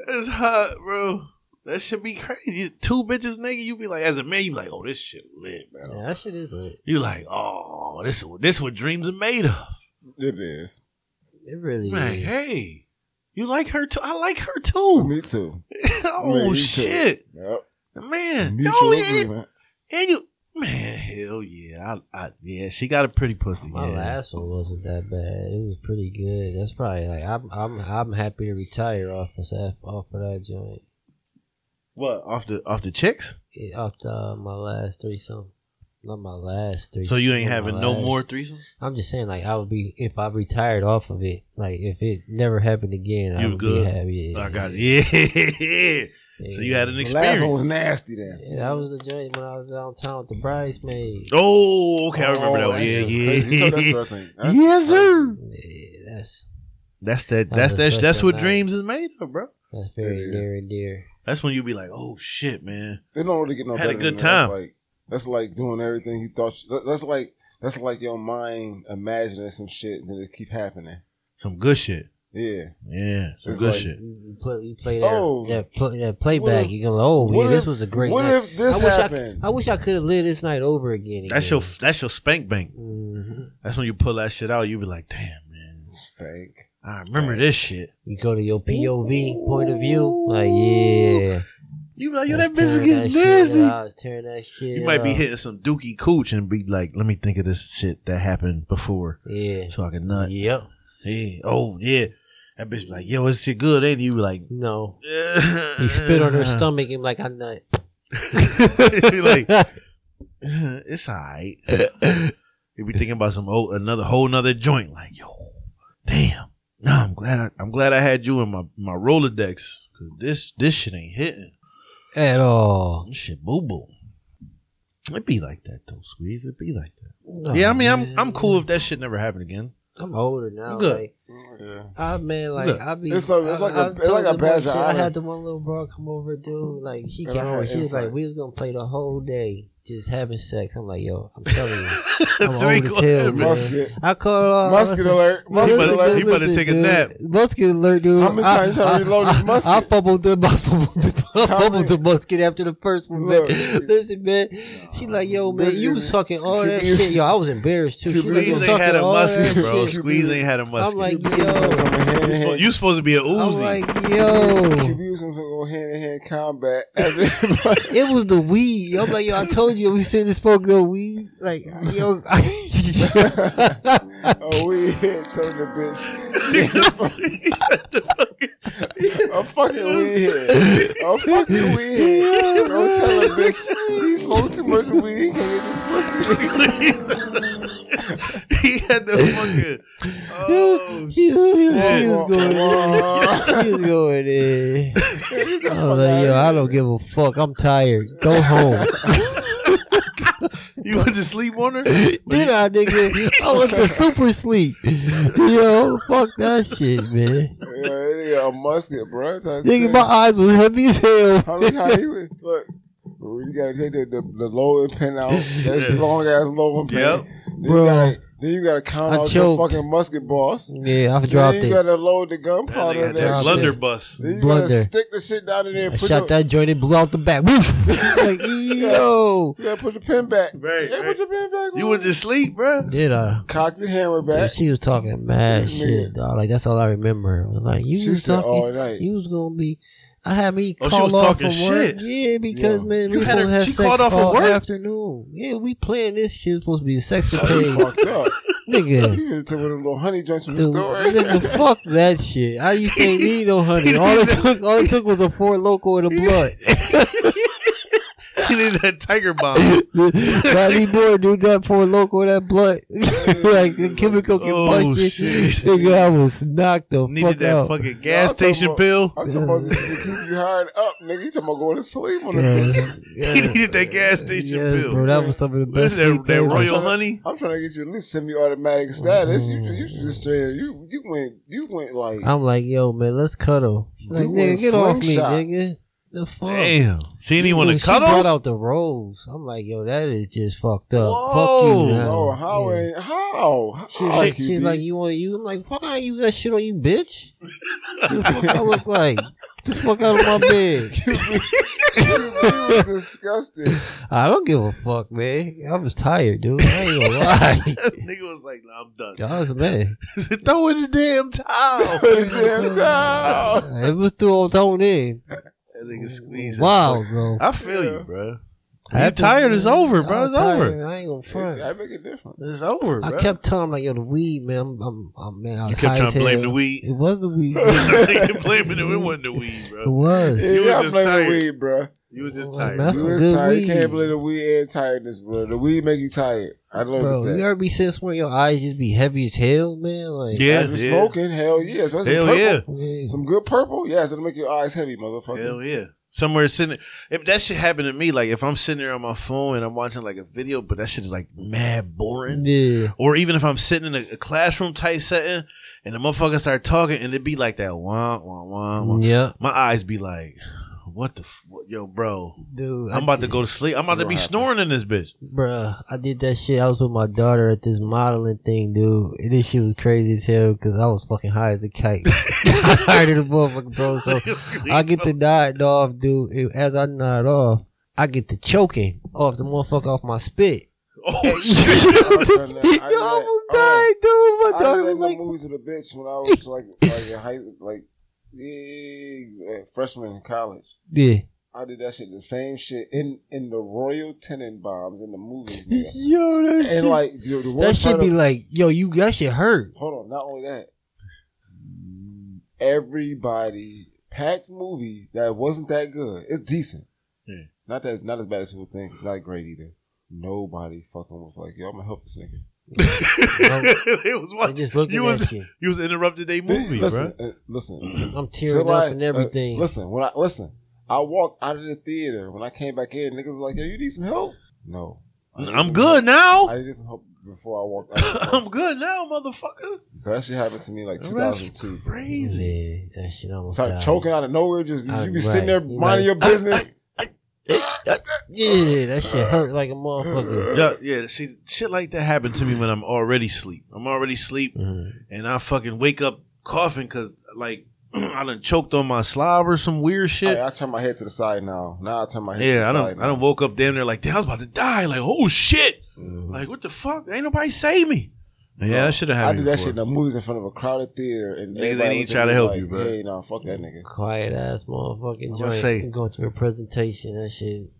S1: that's hot, bro. That should be crazy. Two bitches, nigga. You be like, as a man, you be like, oh, this shit lit, man.
S2: Yeah, that shit is lit.
S1: You like, oh, this this what dreams are made of.
S3: It is.
S2: It really
S1: Man,
S2: is.
S1: hey, you like her too? I like her too.
S3: Me too. Man,
S1: (laughs) oh
S3: you too.
S1: shit,
S3: Yep.
S1: man.
S3: Mutual
S1: oh yeah,
S3: agreement.
S1: and you, man, hell yeah, I, I, yeah. She got a pretty pussy.
S2: My
S1: yeah.
S2: last one wasn't that bad. It was pretty good. That's probably like I'm I'm I'm happy to retire off of that off of that joint.
S1: What off the off the chicks?
S2: Yeah, off the, uh, my last threesome. Not my last three.
S1: So you ain't having no more threesomes?
S2: I'm just saying, like I would be if I retired off of it. Like if it never happened again, I
S1: You
S2: would
S1: good?
S2: be happy.
S1: I got it. Yeah. (laughs)
S2: Yeah.
S1: So you had an
S3: The last one
S1: experience.
S3: was nasty then.
S2: Yeah, that was the joint when I was downtown with the bridesmaid.
S1: Oh, okay, I remember that
S3: Oh,
S1: one.
S3: that
S1: Yeah,
S3: shit was crazy. You
S1: yeah,
S3: told that story, I
S1: (laughs)
S3: think. That's
S1: yes, sir.
S2: Yeah, that's
S1: That's that.
S2: That
S1: That's that.
S2: was a
S1: That's
S2: special
S1: what
S2: night.
S1: dreams is made of, bro.
S2: that's very
S3: It is.
S2: near and dear.
S1: That's when you be like, oh shit, man.
S3: They don't really get no
S1: Had a
S3: better
S1: good
S3: than that.
S1: time.
S3: That's like, that's like doing everything you thought. You, that- that's like that's like your mind imagining some shit and then it keep happening.
S1: Some good shit.
S3: Yeah.
S1: Yeah, some
S3: It's
S1: good
S3: like-
S1: shit.
S2: You you play, you play that,
S3: Oh.
S2: that, pl- that playback.
S3: if-
S2: You go, oh,
S3: what
S2: yeah, this
S3: if-
S2: was a great.
S3: what
S2: night.
S3: if this
S2: I wish
S3: happened?
S2: I, I wish I could have lived this night over again.
S1: That's your that's your spank bank.
S2: hmm
S1: That's when you pull that shit out. You be like, damn, man,
S3: Spank.
S1: I remember this shit.
S2: You go to your POV point of view. Like, yeah,
S1: You be like, yo,
S2: I was
S1: that bitch
S2: tearing
S1: is
S2: that shit
S1: getting
S2: up.
S1: nasty.
S2: I was tearing that shit.
S1: You might be
S2: up.
S1: hitting some dookie cooch and be like, let me think of this shit that happened before,
S2: Yeah.
S1: so I can nut.
S2: Yep.
S1: Yeah. Oh yeah. That bitch be like, yo, it's shit good, ain't it? you? be Like,
S2: No.
S1: he
S2: He spit on
S1: (laughs)
S2: her stomach and like I nut.
S1: Uh. like, "Uh, it's alright. you be thinking about some old, another whole nother joint. Like, yo, damn. No, I'm glad. I, I'm glad I had you in my my Rolodex because this this shit ain't hitting.
S2: (laughs) At all.
S1: This shit boo boo. It be like that though, squeeze. It be like that.
S2: No,
S1: yeah, I mean, I'm
S2: Oh, man. (laughs)
S1: I'm cool if that shit never happened again.
S2: I'm older now.
S1: I'm good.
S2: Like,
S3: Yeah.
S2: I man, like
S1: Look,
S2: I be.
S3: it's a- it's
S2: I-
S3: like a-
S2: I
S3: it's
S2: told
S3: like a
S2: the one
S3: badge of
S2: shit, I
S3: honor.
S2: had the one little bro come over, dude. Like she
S3: And
S2: came
S3: I had
S2: over, she was
S3: insight.
S2: like, "We was gonna play the whole day, just having sex." I'm like, "Yo, I'm telling
S3: (laughs)
S2: you, I'm
S1: They
S2: old
S1: go
S2: as hell,
S1: ahead,
S2: man."
S3: Musket.
S2: I called uh, off.
S3: Musket alert. Musket
S1: better-
S3: alert.
S1: he better take a nap.
S2: Musket alert, dude.
S3: How many times you
S2: I-
S3: tryna reload
S2: I-
S3: this musket?
S2: I fumbled the, (laughs) I fumbled the, I
S3: How
S2: fumbled
S3: many-
S2: the musket after the first one. Man.
S3: Look.
S2: (laughs) Listen, man. She like, yo, man, you was talking
S3: (laughs)
S2: all that
S3: Cuban-
S2: shit. Yo, I was embarrassed too. She like,
S1: Squeeze
S2: yo,
S1: ain't had
S2: talking
S1: a
S2: all that
S1: musket, bro.
S2: shit.
S1: Squeeze ain't had a
S2: I'm
S1: musket.
S2: like,
S3: It's like
S2: yo,
S3: I'm a hand
S1: you
S3: in
S1: supposed,
S3: hand
S1: you supposed to be an
S2: I'm
S1: Uzi.
S2: like, yo.
S3: Cuban using to go hand in hand
S2: (laughs)
S3: combat. Everybody- (laughs)
S2: It was the weed. I'm like, yo, I told you we shouldn't have spoke no weed. Like,
S3: (laughs)
S2: yo, (laughs)
S3: oh, we hit told the
S1: (laughs)
S3: bitch. (laughs) I'm fucking
S1: (laughs)
S3: weed head. I'm fucking weed head. Don't tell a bitch he smoked too much weed. He can't get this pussy.
S1: he had the fucking. Oh,
S2: she, she was
S3: Whoa,
S2: going
S3: whoa.
S2: in. She was going
S3: (laughs)
S2: in.
S3: Get the
S2: I
S3: fuck
S2: was Oh, like, yo,
S3: outta
S2: I
S3: here.
S2: don't give a fuck. I'm tired. Go
S3: (laughs)
S2: home.
S1: you went to sleep on her?
S2: Did I, nigga? I was the super sleep. Yo, fuck that shit, man.
S3: Yeah, nigga, a musket, bro. Type
S2: Nigga,
S3: shit.
S2: my eyes was heavy as
S3: How
S2: hell.
S3: many how he was? Look, you gotta take the, the, the lower pin out. That's
S1: Yeah.
S3: long ass lower pin.
S1: Yep.
S3: Then
S2: Bro.
S3: You gotta, then you gotta count
S2: I
S3: out
S2: choked.
S3: your fucking musket, boss.
S2: Yeah, I dropped
S3: Then you
S2: it.
S3: gotta load the
S1: That nigga
S3: gunpowder. in
S1: had
S3: there.
S1: that
S2: Dropped it.
S1: blunderbuss.
S3: Then you
S2: Blunder.
S3: gotta stick the shit down in there.
S2: I
S3: And put
S2: shot
S3: your,
S2: that joint and blew out the back. Woof. (laughs) like, yo.
S3: You gotta put the pin back.
S1: Right,
S3: Yeah,
S1: right.
S3: put your pin back.
S1: You
S3: on.
S1: went to sleep, bro.
S2: Did I?
S3: cock your hammer
S2: Dude,
S3: back.
S2: she was talking mad
S3: Yeah.
S2: shit, dog. Like that's all I remember. I was like you
S3: She
S2: was
S3: said "Oh,
S2: talking,
S3: all night.
S2: you was gonna be. I had me
S1: Oh, she
S2: call
S1: was
S2: off
S1: talking
S2: from work.
S1: shit.
S2: Yeah, because
S3: Yo.
S2: man,
S1: You
S2: we
S1: had
S2: supposed to
S1: her-
S2: have
S1: she
S2: sex
S1: called off from
S2: all
S1: work?
S2: afternoon. Yeah, we playing this shit. It's Supposed to be sex
S3: You
S2: nigga. (laughs)
S3: fucked up.
S2: Dude,
S3: You could tell with them little honey joints from the store.
S2: nigga, fuck that shit. I you can't
S1: (laughs)
S2: need no honey. All it took, all it took was a four local and a blood.
S1: He did that tiger bomb.
S2: Not anymore, dude. That four local, and that blood, (laughs) like the chemical
S1: Oh,
S2: combustion.
S1: shit.
S2: nigga, I was knocked the
S1: Needed
S2: fuck
S1: that
S2: out.
S1: fucking gas
S3: I'm talking
S1: station
S3: about-
S1: pill.
S3: I'm talking about this to keep you hired up, nigga. You talking about going to sleep on the bitch.
S2: Yeah,
S1: (laughs) He
S2: yeah.
S1: needed that gas station
S2: Yeah,
S1: pill.
S2: bro, that was some of the
S1: What
S2: best.
S1: is that,
S2: sleep
S1: that
S2: ever.
S1: royal honey?
S3: I'm trying to get you at least semi-automatic status. You you should just stay. You you went you went like
S2: I'm like, yo, man, let's cuddle. She's Like,
S3: You want
S2: nigga, get off me,
S3: slingshot.
S2: nigga. The fuck.
S1: Damn. She didn't even want
S2: Dude,
S1: to
S2: she brought
S1: cuddle?
S2: out the rolls. I'm like, yo, that is just fucked up.
S1: Whoa.
S2: Fuck you, man.
S3: oh how
S2: Yeah.
S3: ain't how how
S2: She's like, she's like, you want to use? I'm like, fuck, I ain't use that shit on you, bitch. the fuck (laughs) I look like? Get the fuck out of my bed.
S3: was
S2: (laughs)
S3: disgusted.
S2: I don't give a fuck, man. I was tired, dude. I (laughs) ain't gonna
S1: (laughs) Nigga was like, nah, I'm done. (laughs)
S2: lie. I was mad.
S1: Throw in the damn
S2: (laughs)
S1: towel.
S3: Damn time.
S2: It was through thrown in.
S1: That nigga squeezed. his
S2: Wow,
S1: fuck-
S2: bro.
S1: I feel
S3: Yeah.
S1: you, bro. You tired? It's over, bro. It's over.
S2: I ain't gonna front.
S3: I make it different.
S1: It's over, bro.
S2: I kept telling him, like, yo, the weed, man. I'm, I'm, I'm man. I
S1: you
S2: was
S1: kept
S2: high
S1: trying
S2: as
S1: to blame
S2: hell.
S1: the weed.
S2: It was the
S1: (laughs)
S2: weed. it
S1: Nigga blaming it. It wasn't the weed, bro. was
S2: was.
S3: Yeah, I'm
S1: just
S3: blaming
S1: tired.
S3: weed, bro.
S1: You were just
S2: Well,
S1: tired.
S2: that's-
S3: You
S2: Some
S3: was
S2: good
S3: tired. You
S2: weed.
S3: can't blame the weed and tiredness, bro. The weed make you tired. I noticed
S2: Bro,
S3: that.
S2: you ever be sitting somewhere, your eyes just be heavy as hell, man. Like,
S1: Yeah,
S3: I've been
S1: yeah.
S3: smoking. Hell yeah, especially
S1: Hell
S3: purple.
S1: yeah.
S2: yeah.
S3: Some good purple, yes, it'll make your eyes heavy, motherfucker.
S1: Hell yeah. Somewhere sitting. If that shit happened to me, like if I'm sitting there on my phone and I'm watching like a video, but that shit is like mad boring.
S2: yeah.
S1: Or even if I'm sitting in a, a classroom type setting and the motherfucker start talking and it be like that wah wah wah. wah.
S2: Yeah,
S1: My eyes be like, what the f- what, yo, bro?
S2: dude.
S1: I'm about to go to sleep. I'm about to be
S3: What happened?
S1: snoring in this bitch.
S2: Bruh, I did that shit. I was with my daughter at this modeling thing, dude. And this shit was crazy as hell because I was fucking high as a kite. (laughs) higher than a motherfucker,
S1: (laughs)
S2: bro. So I get to nod off, dude. And as I nod off, I get to choking off the motherfucker off my spit.
S1: (laughs) Oh
S2: (laughs)
S3: I
S1: shit!
S3: done that. I
S2: Yo,
S3: done
S2: I
S3: that.
S2: almost
S3: Oh.
S2: died, dude. My
S3: I
S2: daughter
S3: was
S2: was
S3: like
S2: like,
S3: movies with a bitch when I was like like in high like yeah, freshman in college.
S2: yeah.
S3: I did that shit the same shit in in the Royal Tenenbaums in the
S2: (laughs)
S3: movies. nigga.
S2: Yo, that shit.
S3: and like the, the
S2: that
S3: worst
S2: should
S3: part
S2: be
S3: of-
S2: like, yo, you that shit hurt.
S3: hold on, not only that, everybody packed movie that wasn't that good. It's decent.
S1: Yeah.
S3: Not that it's not as bad as people think. It's not great either. Nobody fucking was like, yo, I'm gonna help this nigga.
S1: (laughs) it was
S2: I
S1: what
S2: just looked
S1: You
S2: at
S1: was-
S2: that shit.
S1: you was interrupted a movie, bro.
S3: listen, uh, listen.
S2: I'm tearing
S3: Till
S2: up
S3: I-
S2: and
S3: uh,
S2: everything.
S3: listen, when I listen, I walked out of the theater. When I came back in, niggas was like, "Yo, you need some help?" No, I need
S1: I'm
S3: some
S1: good now. (laughs)
S3: help. I need some help. before I walked out.
S1: I'm good now, motherfucker.
S3: that shit happened to me like
S1: That's
S3: 2002.
S1: crazy.
S2: Yeah, that shit almost
S3: It's like
S2: died.
S3: choking out of nowhere. Just you,
S2: Uh,
S3: you be sitting there
S2: right,
S3: minding
S2: right.
S3: your business.
S2: (laughs) Yeah, that shit hurt like a motherfucker.
S1: Yeah, yeah. See, shit like that happened to me when I'm already asleep. I'm already asleep,
S2: Mhm.
S1: and I fucking wake up coughing because like (clears throat) I done choked on my slob or some weird shit.
S3: I, I turn my head to the side now. Now I turn my head. to
S1: yeah,
S3: the
S1: I
S3: side
S1: don't.
S3: now.
S1: I don't woke up damn near like damn, I was about to die. Like oh shit.
S2: Mhm.
S1: Like what the fuck? Ain't nobody save me. Yeah, that should have
S3: Oh, I
S1: happened.
S3: did that shit
S1: before.
S3: in the movies in front of a crowded theater, and
S1: Niggas ain't
S3: everybody
S1: even
S3: looked at
S1: try to
S3: me
S1: help
S3: like,
S1: you, bro.
S3: Hey, nah, fuck that nigga.
S2: Quiet ass motherfucking
S1: I'ma
S2: joint.
S1: say-
S2: going to a presentation, that shit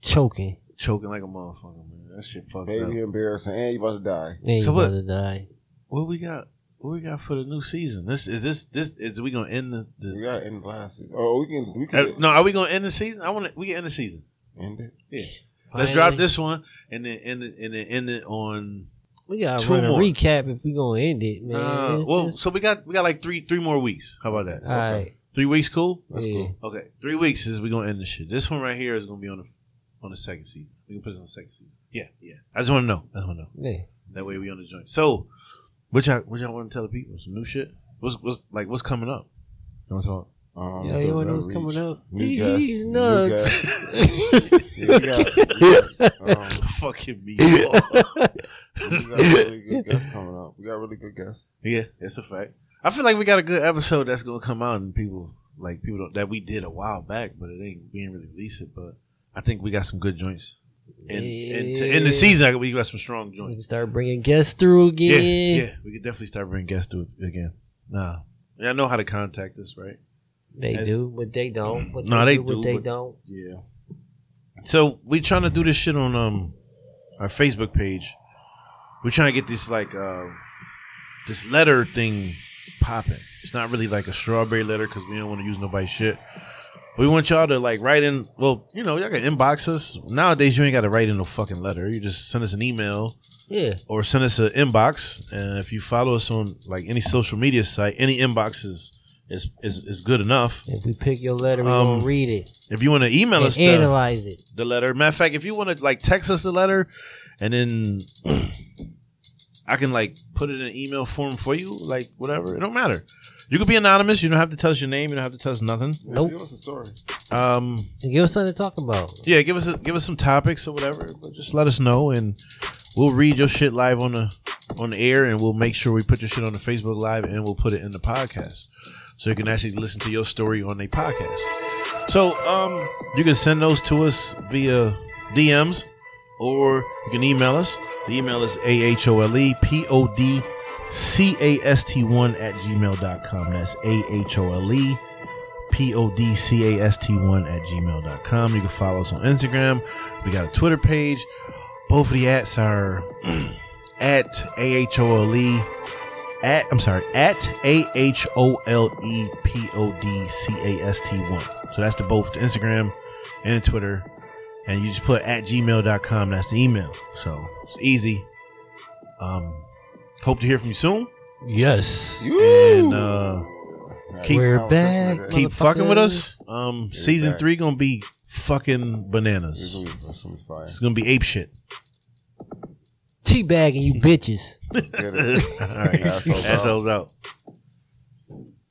S2: choking.
S1: Choking like a motherfucker, man. That shit fucked
S3: Baby,
S1: up.
S3: you embarrassing, and you about to die.
S2: Ain't
S1: So
S2: so
S1: what-
S2: about to die.
S1: What we got? What we got for the new season? This is this this is we gonna end the.
S3: We
S1: the
S3: gotta end glasses. Oh, we can. We
S1: Uh,
S3: can
S1: no, are we gonna end the season? I want to. We can end the season.
S3: end it.
S1: Let's drop
S2: Finally.
S1: this one and then end it and then end it on.
S2: We gotta
S1: two
S2: run a
S1: more.
S2: recap if we gonna end it, man.
S1: Uh,
S2: It's-
S1: well,
S2: it's-
S1: so we got we got like three three more weeks. How about that?
S2: all right.
S1: Three weeks, cool.
S3: That's
S2: yeah.
S3: cool.
S1: Okay, three weeks is we gonna end this shit. This one right here is gonna be on the on the second season. We can put it on the second season. Yeah, yeah. I just want to know. I just want to know.
S2: Yeah.
S1: That way we on the joint. So, what y'all what y'all want to tell the people? Some new shit. What's what's like what's coming up? (laughs) You want to talk?
S3: Um,
S2: Yo, you
S3: Dope
S2: wanna know what's
S3: Outreach.
S2: coming up?
S3: New
S2: These
S3: guests, new
S2: nuts. (laughs)
S3: Yeah, we got, we got, um,
S1: Fucking me. off.
S3: we
S2: (laughs)
S3: got really good guests coming up. We got really good guests.
S1: yeah, it's a fact. I feel like we got a good episode that's gonna come out and people like people don't, that we did a while back, but it ain't we didn't really release it. But I think we got some good joints. (laughs) And, and to end the
S2: Yeah.
S1: season, we got some strong
S2: We
S1: joints.
S2: can start bringing guests through
S1: Yeah,
S2: again.
S1: yeah. We could definitely start bringing guests to it again. Nah. Y'all know how to contact us, right?
S2: They
S1: That's-
S2: do, but they don't. But
S1: No,
S2: they,
S1: they
S2: do,
S1: do,
S2: but they
S1: but-
S2: don't.
S1: Yeah. So we trying to do this shit on um our Facebook page. We're trying to get this like uh this letter thing popping. It's not really like a strawberry letter because we don't want to use nobody's shit. We want y'all to like write in. Well, you know, y'all can inbox us. Nowadays, you ain't got to write in no fucking letter. You just send us an email
S2: Yeah.
S1: or send us an inbox. And if you follow us on like any social media site, any inbox is is is, is good enough.
S2: If we pick your letter, we
S1: Um,
S2: gonna read it
S1: If you want to email us,
S2: and
S1: stuff,
S2: analyze it.
S1: the letter. Matter of fact, if you want to like text us the letter, and then I can like put it in email form for you, like whatever. It don't matter. You could be anonymous. You don't have to tell us your name. You don't have to tell us nothing.
S3: Yeah,
S2: Nope.
S3: Give us a story.
S1: Um,
S2: And give us something to talk about.
S1: yeah, give us a, give us some topics or whatever. But just let us know, and we'll read your shit live on the on the air, and we'll make sure we put your shit on the Facebook live, and we'll put it in the podcast, so you can actually listen to your story on a podcast. So um, you can send those to us via DMs, or you can email us. The email is a h o l e p o d c a s t one at gmail.com. That's a h o l e p o d c a s t one at gmail.com. You can follow us on Instagram. We got a Twitter page. Both of the ats are (clears throat) at a h o l e at I'm sorry at a h o l e p o d c a s t one. So that's the both the Instagram and the Twitter, and you just put at gmail.com. That's the email. So it's easy. Um, hope to hear from you soon.
S2: Yes.
S1: And, uh,
S3: Yeah,
S1: keep-
S2: We're back.
S3: conversation like that.
S1: Keep
S2: Motherfuckers.
S1: fucking with us. Um, season
S3: back.
S1: three gonna be fucking
S3: It's
S1: bananas.
S3: gonna be- it's gonna be fire.
S1: It's gonna be ape shit.
S2: Teabagging you bitches.
S3: Let's
S1: (laughs)
S3: get
S1: All
S3: it.
S1: right,
S3: Assholes
S1: (laughs)
S3: out.
S1: assholes out.